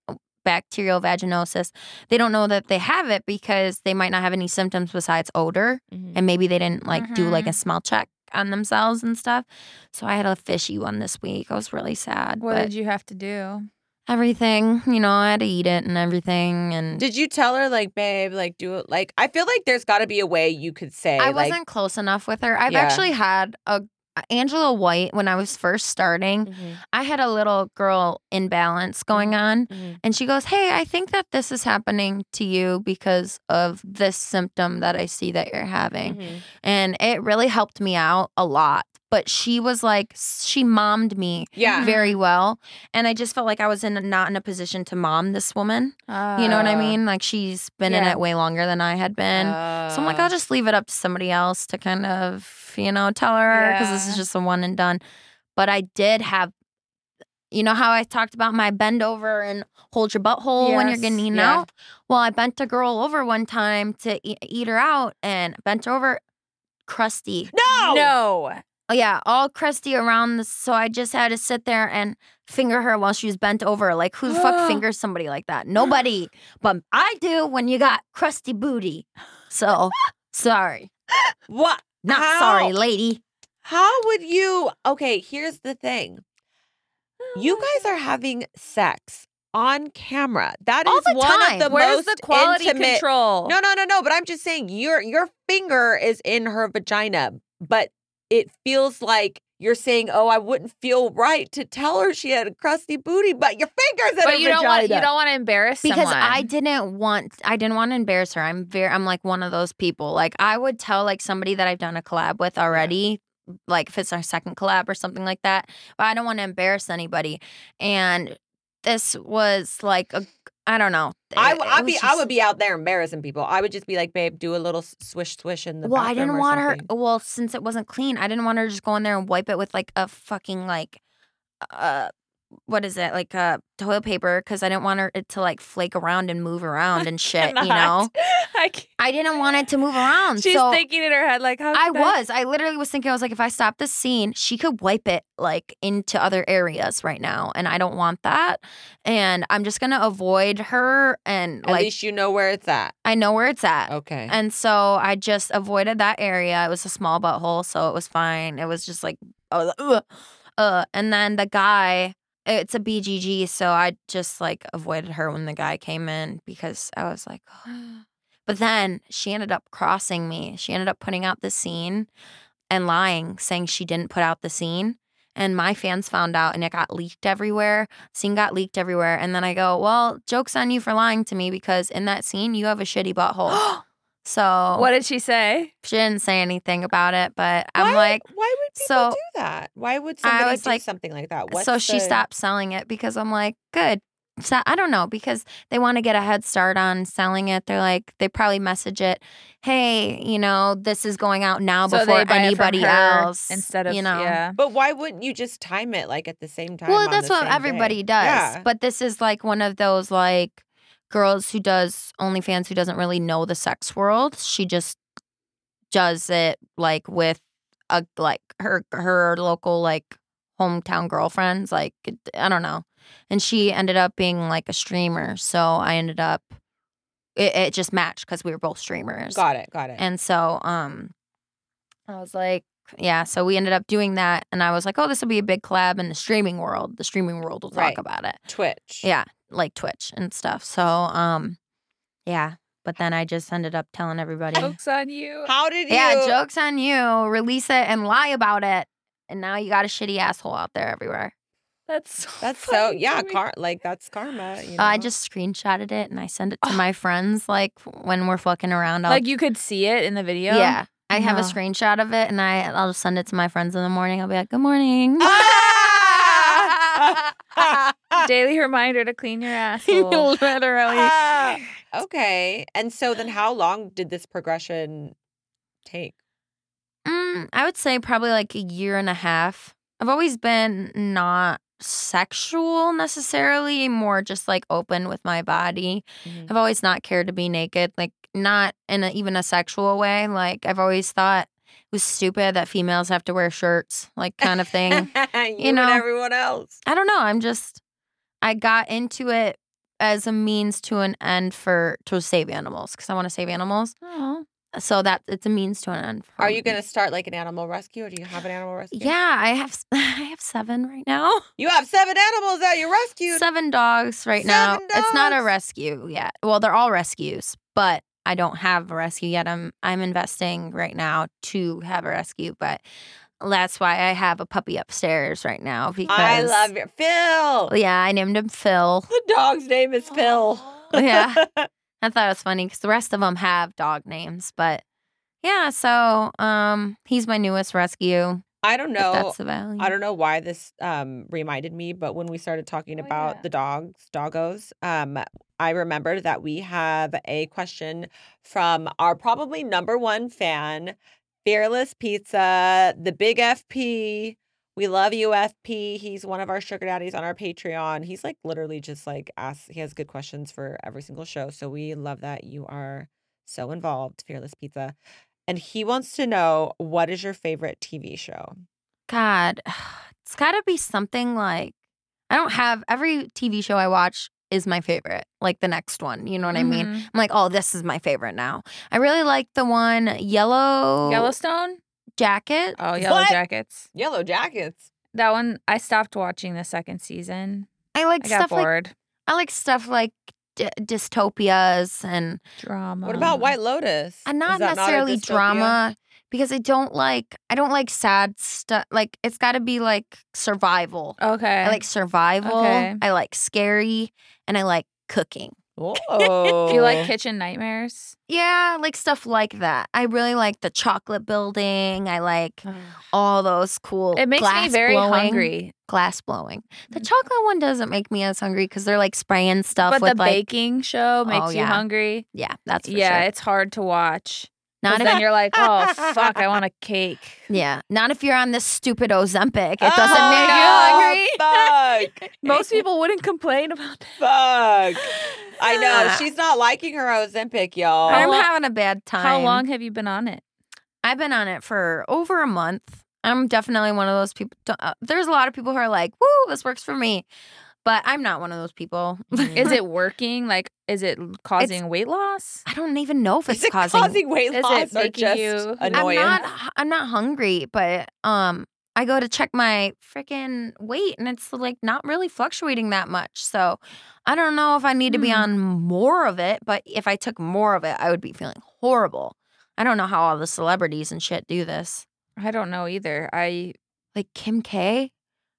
Speaker 1: bacterial vaginosis. They don't know that they have it because they might not have any symptoms besides odor. And maybe they didn't like do like a
Speaker 3: Mm-hmm.
Speaker 1: smell check on themselves and stuff. So I had a fishy one this week. I was really sad.
Speaker 3: What
Speaker 1: but
Speaker 3: did you have to do?
Speaker 1: everything, you know, I had to eat it and everything. And
Speaker 4: Did you tell her like, babe, like do it? Like, I feel like there's got to be a way you could say.
Speaker 1: I
Speaker 4: like,
Speaker 1: wasn't close enough with her. I've
Speaker 4: Yeah.
Speaker 1: actually had a Angela White when I was first
Speaker 4: Mm.
Speaker 1: starting.
Speaker 4: Mm-hmm,
Speaker 1: I had a little girl imbalance going on,
Speaker 4: mm.
Speaker 1: and she goes, "Hey, I think that this is happening to you because of
Speaker 4: Mm-hmm.
Speaker 1: this symptom that I see that you're having," and it really helped me out a lot. but she was like she mommed me
Speaker 4: Yeah.
Speaker 1: very well, and I just felt like I was in not in a position to mom this woman. You know what I
Speaker 3: Uh,
Speaker 1: mean? Like she's been in
Speaker 3: yeah.
Speaker 1: it way longer than I had been. So I'm like,
Speaker 3: Uh,
Speaker 1: I'll just leave it up to somebody else to kind of, you know, tell her because this is
Speaker 3: Yeah.
Speaker 1: just a one and done. But I did have, you know, how I talked about my bend over and hold your butthole when you're
Speaker 3: Yes,
Speaker 1: getting eaten
Speaker 3: yeah.
Speaker 1: out. Well, I bent a girl over one time to e- eat her out and bent over, crusty.
Speaker 4: no.
Speaker 3: No.
Speaker 1: Oh, yeah, all crusty around the. So I just had to sit there and finger her while she was bent over. Like, who the fuck fingers somebody like that? Nobody. But I do when you got crusty booty. So sorry.
Speaker 4: What?
Speaker 1: Not
Speaker 4: How?
Speaker 1: sorry, lady.
Speaker 4: How would you? Okay, here's the thing. You guys are having sex on camera. That is
Speaker 1: All the
Speaker 4: one
Speaker 1: time.
Speaker 4: of the
Speaker 3: Where's
Speaker 4: most
Speaker 3: the quality
Speaker 4: intimate.
Speaker 3: control?
Speaker 4: No, no, no, no. But I'm just saying your your finger is in her vagina, but it feels like you're saying, "Oh, I wouldn't feel right to tell her she had a crusty booty," but your fingers in her
Speaker 3: But you
Speaker 4: vagina.
Speaker 3: don't want you don't want to embarrass
Speaker 1: Because
Speaker 3: someone.
Speaker 1: I didn't want I didn't want to embarrass her. I'm very I'm like one of those people. Like I would tell like somebody that I've done a collab with already, like if it's our second collab or something like that. But I don't want to embarrass anybody. And this was like a I don't know.
Speaker 4: I,
Speaker 1: It-
Speaker 4: w-
Speaker 1: it
Speaker 4: I'd
Speaker 1: was
Speaker 4: be, I
Speaker 1: just-
Speaker 4: would be out there embarrassing people. I would just be like, babe, do a little s- swish swish in the
Speaker 1: Well, I
Speaker 4: bathroom
Speaker 1: didn't
Speaker 4: or
Speaker 1: want
Speaker 4: something."
Speaker 1: her. Well, since it wasn't clean, I didn't want her to just go in there and wipe it with like a fucking like, uh, what is it like uh, toilet paper? Because I didn't want her it to like flake around and move around and shit. you know,
Speaker 3: I can't.
Speaker 1: I didn't want it to move around.
Speaker 3: She's
Speaker 1: so
Speaker 3: thinking in her head like, how
Speaker 1: I
Speaker 3: could
Speaker 1: was. I literally was thinking. I was like, if I stop this scene, she could wipe it like into other areas right now, and I don't want that. And I'm just gonna avoid her. And
Speaker 4: At
Speaker 1: like,
Speaker 4: least you know where it's at.
Speaker 1: I know where it's at.
Speaker 4: Okay.
Speaker 1: And so I just avoided that area. It was a small butthole, so it was fine. It was just like, I was like, Ugh. Uh, and then the guy, it's a BGG, so I just like avoided her when the guy came in because I was like, but then she ended up crossing me. She ended up putting out the scene and lying, saying she didn't put out the scene. And my fans found out and it got leaked everywhere. Scene got leaked everywhere. And then I go, Well, joke's on you for lying to me because in that scene, you have a shitty butthole.
Speaker 3: Oh.
Speaker 1: So
Speaker 3: What did she say?
Speaker 1: she didn't say anything about it, but I'm
Speaker 4: Why-
Speaker 1: like,
Speaker 4: why would people
Speaker 1: so-
Speaker 4: do that? Why would
Speaker 1: I
Speaker 4: somebody
Speaker 1: was
Speaker 4: do
Speaker 1: like-
Speaker 4: something like that? What's
Speaker 1: so she
Speaker 4: the-
Speaker 1: stopped selling it because I'm like, good. So I don't know because they want to get a head start on selling it. They're like, they probably message it, hey, you know, this is going out now
Speaker 3: So
Speaker 1: before
Speaker 3: they buy it from
Speaker 1: anybody
Speaker 3: her
Speaker 1: else.
Speaker 3: instead of
Speaker 1: you know.
Speaker 3: yeah.
Speaker 4: But why wouldn't you just time it like at the same time?
Speaker 1: Well,
Speaker 4: on
Speaker 1: that's
Speaker 4: the
Speaker 1: what
Speaker 4: same
Speaker 1: everybody
Speaker 4: day?
Speaker 1: does.
Speaker 4: Yeah.
Speaker 1: But this is like one of those like girls who does OnlyFans who doesn't really know the sex world. She just does it like with a like her her local like hometown girlfriends. Like I don't know, and she ended up being like a streamer. So I ended up it, it just matched because we were both streamers.
Speaker 4: got it, got it.
Speaker 1: And so um I was like, yeah, so we ended up doing that and I was like, oh, this will be a big collab in the streaming world. The streaming world will talk
Speaker 4: Right.
Speaker 1: about it.
Speaker 4: Twitch.
Speaker 1: Yeah, like Twitch and stuff. So um yeah, but then I just ended up telling everybody.
Speaker 3: Jokes on you.
Speaker 4: How did you?
Speaker 1: yeah, jokes on you. Release it and lie about it. And now you got a shitty asshole out there everywhere.
Speaker 3: That's so
Speaker 4: That's so
Speaker 3: funny
Speaker 4: yeah,
Speaker 3: to me.
Speaker 4: car- like that's karma. You know?
Speaker 1: Uh, I just screenshotted it and I send it to my friends like when we're fucking around. I'll
Speaker 3: Oh. like you could see it in the video.
Speaker 1: Yeah. I have a
Speaker 3: No.
Speaker 1: screenshot of it and I I'll just send it to my friends in the morning. I'll be like, "Good morning."
Speaker 4: Ah!
Speaker 3: Daily reminder to clean your asshole.
Speaker 1: Literally.
Speaker 4: Ah, okay, and so then how long did this progression take?
Speaker 1: Mm, I would say probably like a year and a half. I've always been not sexual necessarily, more just like open with my body.
Speaker 4: Mm-hmm.
Speaker 1: I've always not cared to be naked, like not in a, even a sexual way. Like I've always thought it was stupid that females have to wear shirts, like kind of thing.
Speaker 4: you
Speaker 1: know.
Speaker 4: and everyone else.
Speaker 1: I don't know. I'm just I got into it as a means to an end for to save animals because I want to save animals.
Speaker 3: Oh.
Speaker 1: So that it's a means to an end. For
Speaker 4: Are you
Speaker 1: me.
Speaker 4: gonna start like an animal rescue, or do you have an animal rescue?
Speaker 1: Yeah, I have s- I have seven right now.
Speaker 4: you have seven animals that you rescued.
Speaker 1: Seven dogs right now.
Speaker 4: Seven
Speaker 1: It's not a
Speaker 4: dogs?
Speaker 1: rescue yet. Well, they're all rescues, but I don't have a rescue yet. I'm I'm investing right now to have a rescue, but that's why I have a puppy upstairs right now because
Speaker 4: I love your Phil.
Speaker 1: Yeah, I named him Phil.
Speaker 4: The dog's name is Phil.
Speaker 1: Yeah. I thought it was funny because the rest of them have dog names, but yeah. So um, he's my newest rescue.
Speaker 4: I don't
Speaker 1: if
Speaker 4: know.
Speaker 1: that's the value.
Speaker 4: I don't know why this um, reminded me, but when we started talking
Speaker 3: Oh,
Speaker 4: about
Speaker 3: yeah.
Speaker 4: the dogs, doggos, um, I remembered that we have a question from our probably number one fan, Fearless Pizza, the big FP. We love you, FP. He's one of our sugar daddies on our Patreon. He's like literally just like asks, he has good questions for every single show. So we love that you are so involved, Fearless Pizza. And he wants to know what is your favorite TV show?
Speaker 1: God, it's got to be something like I don't have every TV show I watch is my favorite, like the next one. You know what I mean?
Speaker 3: Mhm.
Speaker 1: I'm like, oh, this is my favorite now. I really like the one Yellow
Speaker 3: Yellowstone?
Speaker 1: Jacket.
Speaker 3: Oh, Yellow
Speaker 4: What?
Speaker 3: Jackets.
Speaker 4: Yellow Jackets.
Speaker 3: That one I stopped watching the second season.
Speaker 1: I like
Speaker 3: I got
Speaker 1: stuff like
Speaker 3: bored.
Speaker 1: I like stuff like d- dystopias and
Speaker 3: Drama.
Speaker 4: What about White Lotus?
Speaker 1: and Uh,
Speaker 4: Is
Speaker 1: not
Speaker 4: that a
Speaker 1: necessarily
Speaker 4: dystopia?
Speaker 1: drama because I don't like I don't like sad stuff. Like it's got to be like survival.
Speaker 3: Okay.
Speaker 1: I like survival.
Speaker 3: Okay.
Speaker 1: I like scary and I like cooking.
Speaker 4: Oh,
Speaker 3: Do you like Kitchen Nightmares?
Speaker 1: Yeah, like stuff like that. I really like the chocolate building. I like all those cool.
Speaker 3: It makes me
Speaker 1: Oh. glass
Speaker 3: very
Speaker 1: blowing-
Speaker 3: hungry.
Speaker 1: Glass blowing. The
Speaker 3: Mm.
Speaker 1: chocolate one doesn't make me as hungry because they're like spraying stuff
Speaker 3: But
Speaker 1: with
Speaker 3: the
Speaker 1: like
Speaker 3: baking show makes
Speaker 1: Oh,
Speaker 3: you
Speaker 1: yeah.
Speaker 3: hungry.
Speaker 1: yeah, that's for
Speaker 3: yeah,
Speaker 1: sure.
Speaker 3: it's hard to watch.
Speaker 1: Not
Speaker 3: Not
Speaker 1: if
Speaker 3: then you're like, oh fuck, I want a cake.
Speaker 1: yeah, not if you're on this stupid Ozempic. It doesn't
Speaker 4: Oh,
Speaker 1: make you hungry.
Speaker 4: no, Fuck,
Speaker 3: Most people wouldn't complain about that.
Speaker 4: fuck. I know
Speaker 1: Ah.
Speaker 4: she's not liking her Ozempic, y'all.
Speaker 3: How
Speaker 1: I'm
Speaker 3: lo-
Speaker 1: having a bad time.
Speaker 3: How long have you been on it?
Speaker 1: I've been on it for over a month. I'm definitely one of those people. uh, There's a lot of people who are like, "Woo, this works for me," but I'm not one of those people.
Speaker 4: Mhm.
Speaker 3: Is it working? Like, is it l- causing weight loss?
Speaker 1: I don't even know if it's
Speaker 4: Is it causing,
Speaker 1: causing.
Speaker 4: weight
Speaker 3: Is it
Speaker 4: loss or
Speaker 3: making
Speaker 4: just
Speaker 3: you-
Speaker 1: I'm
Speaker 3: I'm
Speaker 4: annoyance?
Speaker 1: not. I'm not hungry, but um, I go to check my freaking weight, and it's like not really fluctuating that much. So I don't know if I need to be
Speaker 3: Hmm.
Speaker 1: on more of it. But if I took more of it, I would be feeling horrible. I don't know how all the celebrities and shit do this.
Speaker 3: I don't know either. I
Speaker 1: Like Kim K,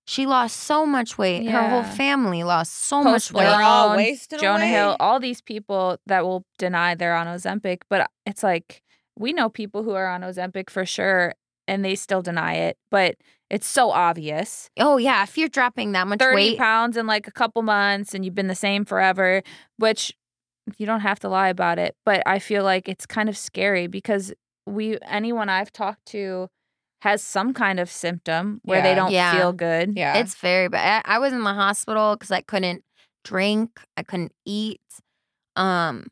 Speaker 1: she lost so much weight. Her
Speaker 3: Yeah.
Speaker 1: whole family lost so much
Speaker 3: Post
Speaker 1: weight.
Speaker 4: They're all
Speaker 3: Brown,
Speaker 4: oh, wasting
Speaker 3: Jonah
Speaker 4: away.
Speaker 3: Hill, all these people that will deny they're on Ozempic, but it's like we know people who are on Ozempic for sure and they still deny it, but it's so obvious.
Speaker 1: Oh yeah, if you're dropping that much
Speaker 3: 30
Speaker 1: weight,
Speaker 3: pounds in like a couple months and you've been the same forever, which you don't have to lie about it, but I feel like it's kind of scary because we anyone I've talked to has some kind of symptom where
Speaker 4: Yeah.
Speaker 3: they don't
Speaker 1: Yeah.
Speaker 3: feel good.
Speaker 4: Yeah,
Speaker 1: It's very bad. I, I was in the hospital because I couldn't drink. I couldn't eat. Um,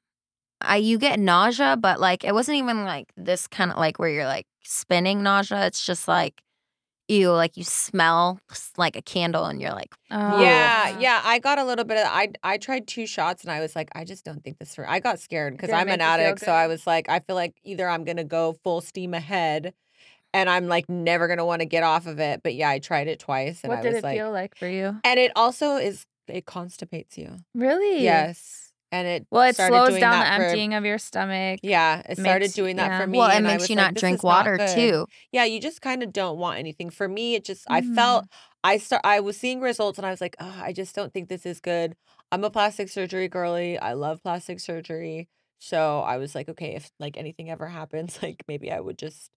Speaker 1: I you get nausea, but like it wasn't even like this kind of like where you're like spinning nausea. It's just like ew, like you smell s- like a candle and you're like,
Speaker 3: Oh.
Speaker 4: yeah, yeah. I got a little bit of. I I tried two shots and I was like, I just don't think this. For, I got scared because
Speaker 3: Did it
Speaker 4: I'm
Speaker 3: make
Speaker 4: an
Speaker 3: you feel
Speaker 4: addict, so I
Speaker 3: good?
Speaker 4: was like, I feel like either I'm gonna go full steam ahead, and I'm like never gonna want to get off of it. But yeah, I tried it twice and
Speaker 3: What
Speaker 4: I
Speaker 3: did
Speaker 4: was
Speaker 3: it
Speaker 4: like,
Speaker 3: feel like for you?
Speaker 4: and it also is it constipates you.
Speaker 3: Really?
Speaker 4: Yes, and it
Speaker 3: Well, it
Speaker 4: started
Speaker 3: slows
Speaker 4: doing
Speaker 3: down the
Speaker 4: that for-
Speaker 3: emptying of your stomach.
Speaker 4: Yeah, it started
Speaker 3: Makes-
Speaker 4: doing that
Speaker 3: yeah.
Speaker 4: for me.
Speaker 1: well, it
Speaker 4: and I
Speaker 1: makes
Speaker 4: was
Speaker 1: you
Speaker 4: like,
Speaker 1: not
Speaker 4: this
Speaker 1: drink
Speaker 4: is not
Speaker 1: water
Speaker 4: good.
Speaker 1: too.
Speaker 4: Yeah, you just kind of don't want anything. For me, it just I
Speaker 3: Mm.
Speaker 4: felt I start I was seeing results and I was like, oh, I just don't think this is good. I'm a plastic surgery girly. I love plastic surgery. So I was like, okay, if like anything ever happens, like maybe I would just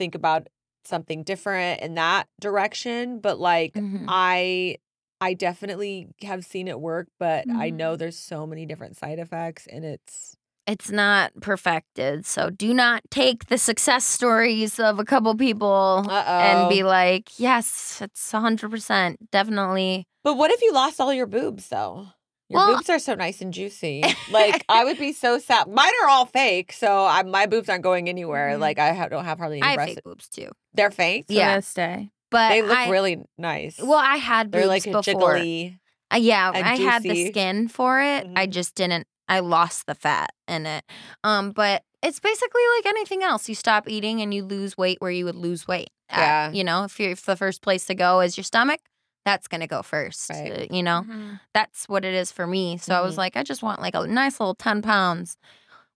Speaker 4: think about something different in that direction. But like
Speaker 1: Mhm.
Speaker 4: I I definitely have seen it work, but I
Speaker 3: Mhm.
Speaker 4: know there's so many different side effects and it's
Speaker 1: It's not perfected, so do not take the success stories of a couple people
Speaker 4: uh oh.
Speaker 1: and be like, yes, it's hundred percent, definitely.
Speaker 4: But what if you lost all your boobs though? Your
Speaker 1: Well-
Speaker 4: boobs are so nice and juicy. Like I would be so sad. Mine are all fake, so I, my boobs aren't going anywhere.
Speaker 3: Mhm.
Speaker 4: Like I ha- don't have hardly any
Speaker 1: Mm-hmm. I have
Speaker 4: breasts.
Speaker 1: fake boobs too,
Speaker 4: They're fake.
Speaker 3: So
Speaker 1: Yeah.
Speaker 3: yeah. stay.
Speaker 1: but
Speaker 4: they look
Speaker 1: I,
Speaker 4: really nice.
Speaker 1: Well, I had
Speaker 4: they're
Speaker 1: boobs
Speaker 4: like a
Speaker 1: before.
Speaker 4: jiggly.
Speaker 1: Uh, yeah,
Speaker 4: and
Speaker 1: I had the
Speaker 4: juicy.
Speaker 1: skin for it. I
Speaker 4: Mhm.
Speaker 1: just didn't. I lost the fat in it. Um, but it's basically like anything else. You stop eating and you lose weight where you would lose weight. at.
Speaker 4: Yeah.
Speaker 1: you know, if you if the first place to go is your stomach, that's gonna go first.
Speaker 4: Right. Mm-hmm.
Speaker 1: Uh, You know, that's what it is for me. So I was
Speaker 4: Mhm.
Speaker 1: like, I just want like a nice little ten pounds.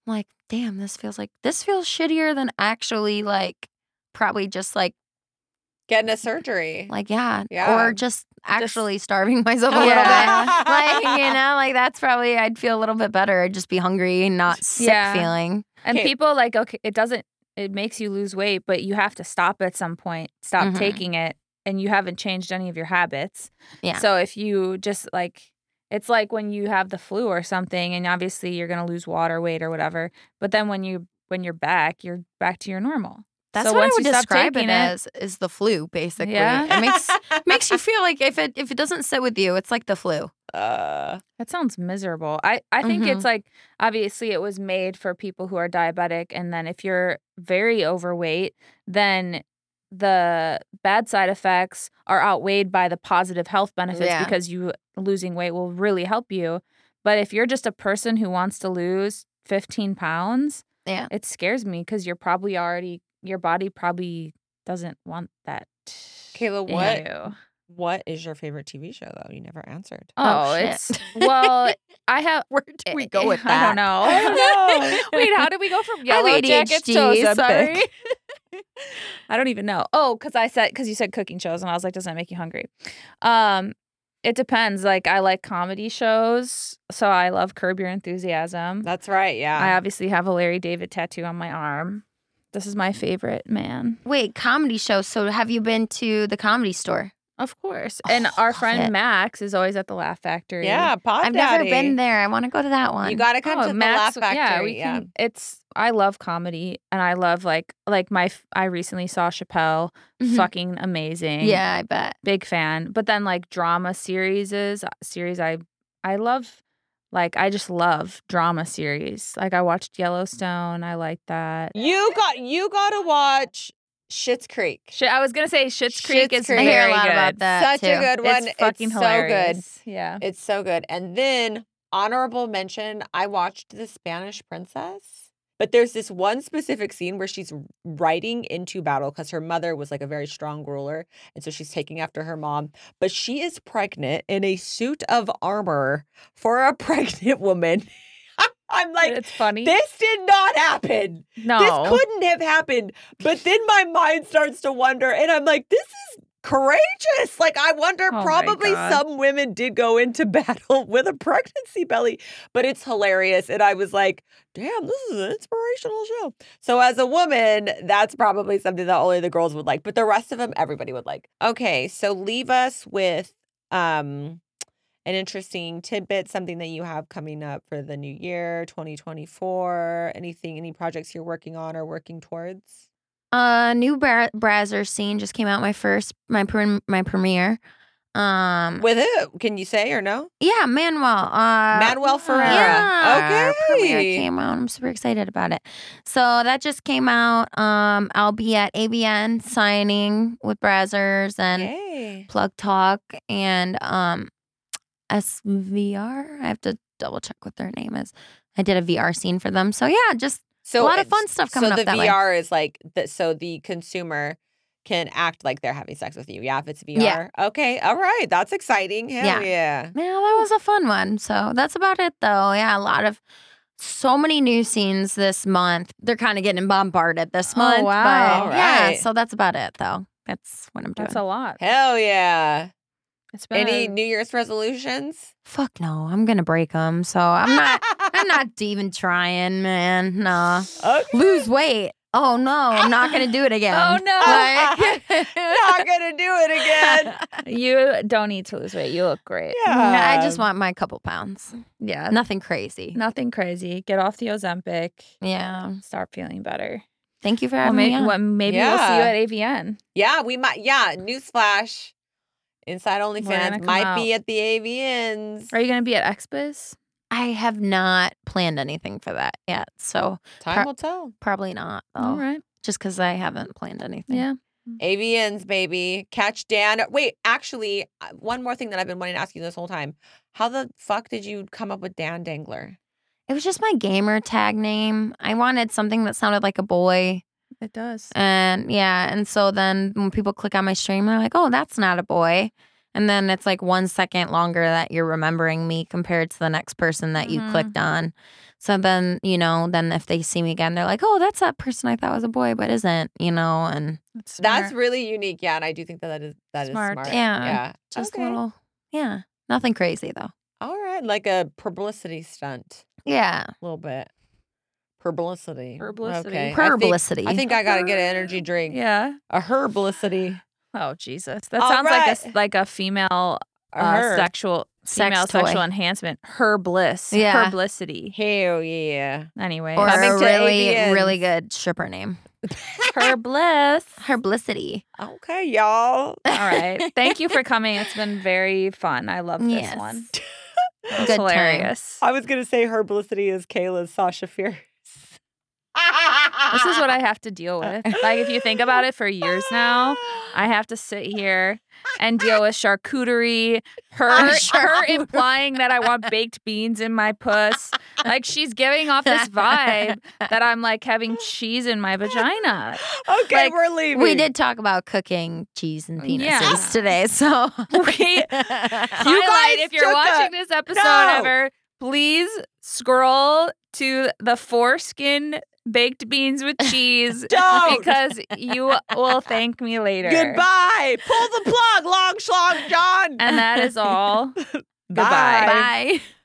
Speaker 1: I'm like, damn, this feels like this feels shittier than actually like probably just like
Speaker 4: Getting a surgery.
Speaker 1: like yeah,
Speaker 4: Yeah.
Speaker 1: or just actually starving myself a
Speaker 3: Yeah.
Speaker 1: little bit like you know like that's probably i'd feel a little bit better i'd just be hungry and not sick
Speaker 3: Yeah.
Speaker 1: feeling
Speaker 3: And
Speaker 4: Okay.
Speaker 3: people like okay, it doesn't it makes you lose weight, but you have to stop at some point, stop
Speaker 1: Mhm.
Speaker 3: taking it, and you haven't changed any of your habits.
Speaker 1: Yeah.
Speaker 3: So if you just like, it's like when you have the flu or something, and obviously you're gonna lose water, weight, or whatever. But then when you when you're back, you're back to your normal.
Speaker 1: That's
Speaker 3: So
Speaker 1: what I
Speaker 3: once
Speaker 1: would
Speaker 3: you stop
Speaker 1: describe it,
Speaker 3: taking it-
Speaker 1: as is the flu, basically.
Speaker 3: Yeah.
Speaker 1: It makes makes you feel like if it if it doesn't sit with you, it's like the flu.
Speaker 4: Uh,
Speaker 3: That sounds miserable. I, I think
Speaker 1: Mm-hmm.
Speaker 3: it's like obviously it was made for people who are diabetic and then if you're very overweight, then the bad side effects are outweighed by the positive health benefits
Speaker 1: Yeah.
Speaker 3: because you losing weight will really help you. But if you're just a person who wants to lose 15 pounds,
Speaker 1: Yeah.
Speaker 3: it scares me because you're probably already your body probably doesn't want that.
Speaker 4: Kayla,
Speaker 3: in
Speaker 4: what-
Speaker 3: you.
Speaker 4: what is your favorite TV show though? You never answered.
Speaker 1: Oh,
Speaker 3: Oh,
Speaker 1: shit.
Speaker 3: it's well, I have
Speaker 1: Where do we go
Speaker 3: Eh,
Speaker 1: with
Speaker 3: I
Speaker 1: that?
Speaker 3: don't know.
Speaker 4: I don't know.
Speaker 3: Wait, how did we go from yellow jackets to
Speaker 1: ADHD,
Speaker 3: Ozempic?
Speaker 1: sorry.
Speaker 3: I don't even know. Oh, because I said because you said cooking shows, and I was like, doesn't that make you hungry? Um, it depends. Like, I like comedy shows, so I love Curb Your Enthusiasm.
Speaker 4: That's right.
Speaker 3: I
Speaker 4: Yeah.
Speaker 3: obviously have a Larry David tattoo on my arm. This is my favorite man.
Speaker 1: Wait, comedy show. So have you been to the comedy store?
Speaker 3: Of course.
Speaker 1: Oh,
Speaker 3: And our
Speaker 1: love
Speaker 3: friend
Speaker 1: it.
Speaker 3: Max is always at the Laugh Factory.
Speaker 4: yeah. Pop
Speaker 1: I've never
Speaker 4: Daddy.
Speaker 1: been there. I want to go to that one.
Speaker 4: You got to come
Speaker 3: Oh,
Speaker 4: to the
Speaker 3: Max-
Speaker 4: Laugh Factory.
Speaker 3: Yeah, we can. It's I love comedy and I love like like my f- I recently saw Chappelle,
Speaker 4: Mm-hmm.
Speaker 1: Mhm.
Speaker 3: fucking amazing.
Speaker 1: Yeah, I bet.
Speaker 3: big fan. But then like drama series is uh, series I I love. Like I just love drama series. Like I watched Yellowstone. I like that.
Speaker 4: You got you got to watch Schitt's Creek.
Speaker 3: Shit, I was gonna say Shit's Creek
Speaker 4: Schitt's
Speaker 3: is
Speaker 4: Creek.
Speaker 1: I hear a
Speaker 3: very
Speaker 1: lot
Speaker 3: good.
Speaker 1: about that.
Speaker 4: Such a
Speaker 1: too.
Speaker 4: good one.
Speaker 3: It's fucking
Speaker 4: so good.
Speaker 3: hilarious. Yeah.
Speaker 4: It's so good. And then honorable mention, I watched The Spanish Princess. But there's this one specific scene where she's riding into battle because her mother was like a very strong ruler. And so she's taking after her mom. But she is pregnant in a suit of armor for a pregnant woman. I'm like,
Speaker 3: it's funny.
Speaker 4: this did not happen.
Speaker 3: no.
Speaker 4: This couldn't have happened. But then my mind starts to wonder, and I'm like, this is courageous. Like, I wonder,
Speaker 3: Oh my
Speaker 4: probably
Speaker 3: God.
Speaker 4: some women did go into battle with a pregnancy belly, but it's hilarious. And I was like, damn, this is an inspirational show. So, as a woman, that's probably something that only the girls would like, but the rest of them, everybody would like. Okay, so leave us with. Um, an interesting tidbit, something that you have coming up for the new year, 2024, anything, any projects you're working on or working towards?
Speaker 1: Uh, new bra- Brazzer scene just came out. My first, my prim- my premiere. Um,
Speaker 3: Mm.
Speaker 4: With who? Can you say or no?
Speaker 1: yeah, Manuel. Uh,
Speaker 4: Manuel Ferreira.
Speaker 1: Yeah, our premiere
Speaker 4: Okay.
Speaker 1: came out. I'm super excited about it. So that just came out. Um, I'll be at ABN signing with Brazzers and
Speaker 4: Yay.
Speaker 1: Plug Talk and um SVR. I have to double check what their name is. I did a VR scene for them. So yeah, just
Speaker 4: So
Speaker 1: a lot of
Speaker 4: it's-
Speaker 1: fun stuff coming
Speaker 4: so
Speaker 1: up
Speaker 4: the
Speaker 1: that way.
Speaker 4: VR is like the, so the consumer can act like they're having sex with you. Yeah, if it's VR.
Speaker 1: Yeah.
Speaker 4: Okay. All right. That's exciting. Hell
Speaker 1: Yeah.
Speaker 4: yeah.
Speaker 1: Yeah, that was a fun one. So that's about it, though. Yeah, a lot of so many new scenes this month. They're kind of getting bombarded this
Speaker 3: Oh,
Speaker 1: month. but
Speaker 3: wow.
Speaker 4: All
Speaker 1: Yeah,
Speaker 4: right.
Speaker 1: so that's about it, though. That's what I'm doing.
Speaker 3: That's a lot.
Speaker 4: Hell yeah.
Speaker 3: It's been
Speaker 4: Any New Year's resolutions?
Speaker 1: Fuck no, I'm gonna break them. So I'm not. I'm not even trying, man. Nah,
Speaker 4: Okay.
Speaker 1: lose weight. Oh no, I'm not gonna do it again.
Speaker 3: Oh no.
Speaker 4: Not gonna do it again.
Speaker 3: you don't need to lose weight. You look great.
Speaker 1: I
Speaker 4: Yeah.
Speaker 1: just want my couple pounds.
Speaker 3: Yeah.
Speaker 1: Nothing crazy.
Speaker 3: Nothing crazy. Get off the Ozempic.
Speaker 1: Yeah.
Speaker 3: Start feeling better.
Speaker 1: Thank you for
Speaker 3: Well,
Speaker 1: having
Speaker 3: maybe,
Speaker 1: me. on.
Speaker 3: well, maybe we'll see you at AVN.
Speaker 4: Yeah, we might. Yeah, newsflash. Inside
Speaker 3: gonna
Speaker 4: OnlyFans
Speaker 3: come
Speaker 4: might be at the AVNs.
Speaker 3: Are you going to be at Expos?
Speaker 1: I have not planned anything for that yet, so
Speaker 4: Time
Speaker 1: Pro-
Speaker 4: will tell.
Speaker 1: probably not. Though.
Speaker 3: All right.
Speaker 1: just because I haven't planned anything.
Speaker 3: Yeah.
Speaker 4: AVNs, baby. Catch Dan. Wait, actually, uh, one more thing that I've been wanting to ask you this whole time. How the fuck did you come up with Dan Dangler?
Speaker 1: It was just my gamer tag name. I wanted something that sounded like a boy.
Speaker 3: It does.
Speaker 1: Uh, And yeah, and so then when people click on my stream, they're like, oh, that's not a boy. And then it's like one second longer that you're remembering me compared to the next person that you
Speaker 3: Mhm.
Speaker 1: clicked on. So then, you know, then if they see me again, they're like, oh, that's that person I thought was a boy, but isn't, you know, and
Speaker 3: That's,
Speaker 4: That's really unique. Yeah, and I do think that that is that is
Speaker 3: Smart.
Speaker 4: smart.
Speaker 1: Yeah,
Speaker 4: Yeah.
Speaker 1: just
Speaker 4: Okay.
Speaker 1: little, yeah, nothing crazy though.
Speaker 4: All right, like a publicity stunt,
Speaker 1: Yeah.
Speaker 4: a little bit. Herblicity.
Speaker 3: Herblicity.
Speaker 4: Okay.
Speaker 1: Publicity.
Speaker 4: I think I, think I gotta get an energy drink.
Speaker 3: Yeah.
Speaker 4: A herblicity.
Speaker 3: Oh Jesus, that
Speaker 4: All
Speaker 3: sounds like a s-
Speaker 4: right.
Speaker 3: like a female
Speaker 4: A
Speaker 3: uh,
Speaker 4: herb.
Speaker 3: sexual
Speaker 1: Sex
Speaker 3: female
Speaker 1: toy.
Speaker 3: sexual enhancement. Her bliss.
Speaker 1: Yeah.
Speaker 3: Her publicity.
Speaker 4: Hell yeah.
Speaker 3: Anyway.
Speaker 1: or
Speaker 4: Coming
Speaker 1: a
Speaker 4: to
Speaker 1: really,
Speaker 4: AVNs.
Speaker 1: really good stripper name.
Speaker 3: her bliss.
Speaker 1: Herblicity.
Speaker 4: Okay, y'all.
Speaker 3: All right. Thank you for coming. It's been very fun. I love this one. That was
Speaker 1: Good time.
Speaker 3: hilarious.
Speaker 4: I was gonna say herblicity is Kayla's Sasha Fierce.
Speaker 3: This is what I have to deal with. Like if you think about it for years now, I have to sit here and deal with charcuterie, her her implying that I want baked beans in my puss. Like she's giving off this vibe that I'm like having cheese in my vagina.
Speaker 4: Okay,
Speaker 3: Like,
Speaker 4: we're leaving.
Speaker 1: We did talk about cooking cheese and penises
Speaker 3: Yeah.
Speaker 1: today, so
Speaker 3: We- Highlight if you're
Speaker 4: took a-
Speaker 3: watching this episode
Speaker 4: No.
Speaker 3: ever, please scroll to the foreskin baked beans with cheese
Speaker 4: Don't.
Speaker 3: because you will thank me later.
Speaker 4: Goodbye. Pull the plug, long schlong John.
Speaker 3: And that is all.
Speaker 4: Bye.
Speaker 3: Goodbye.
Speaker 1: bye.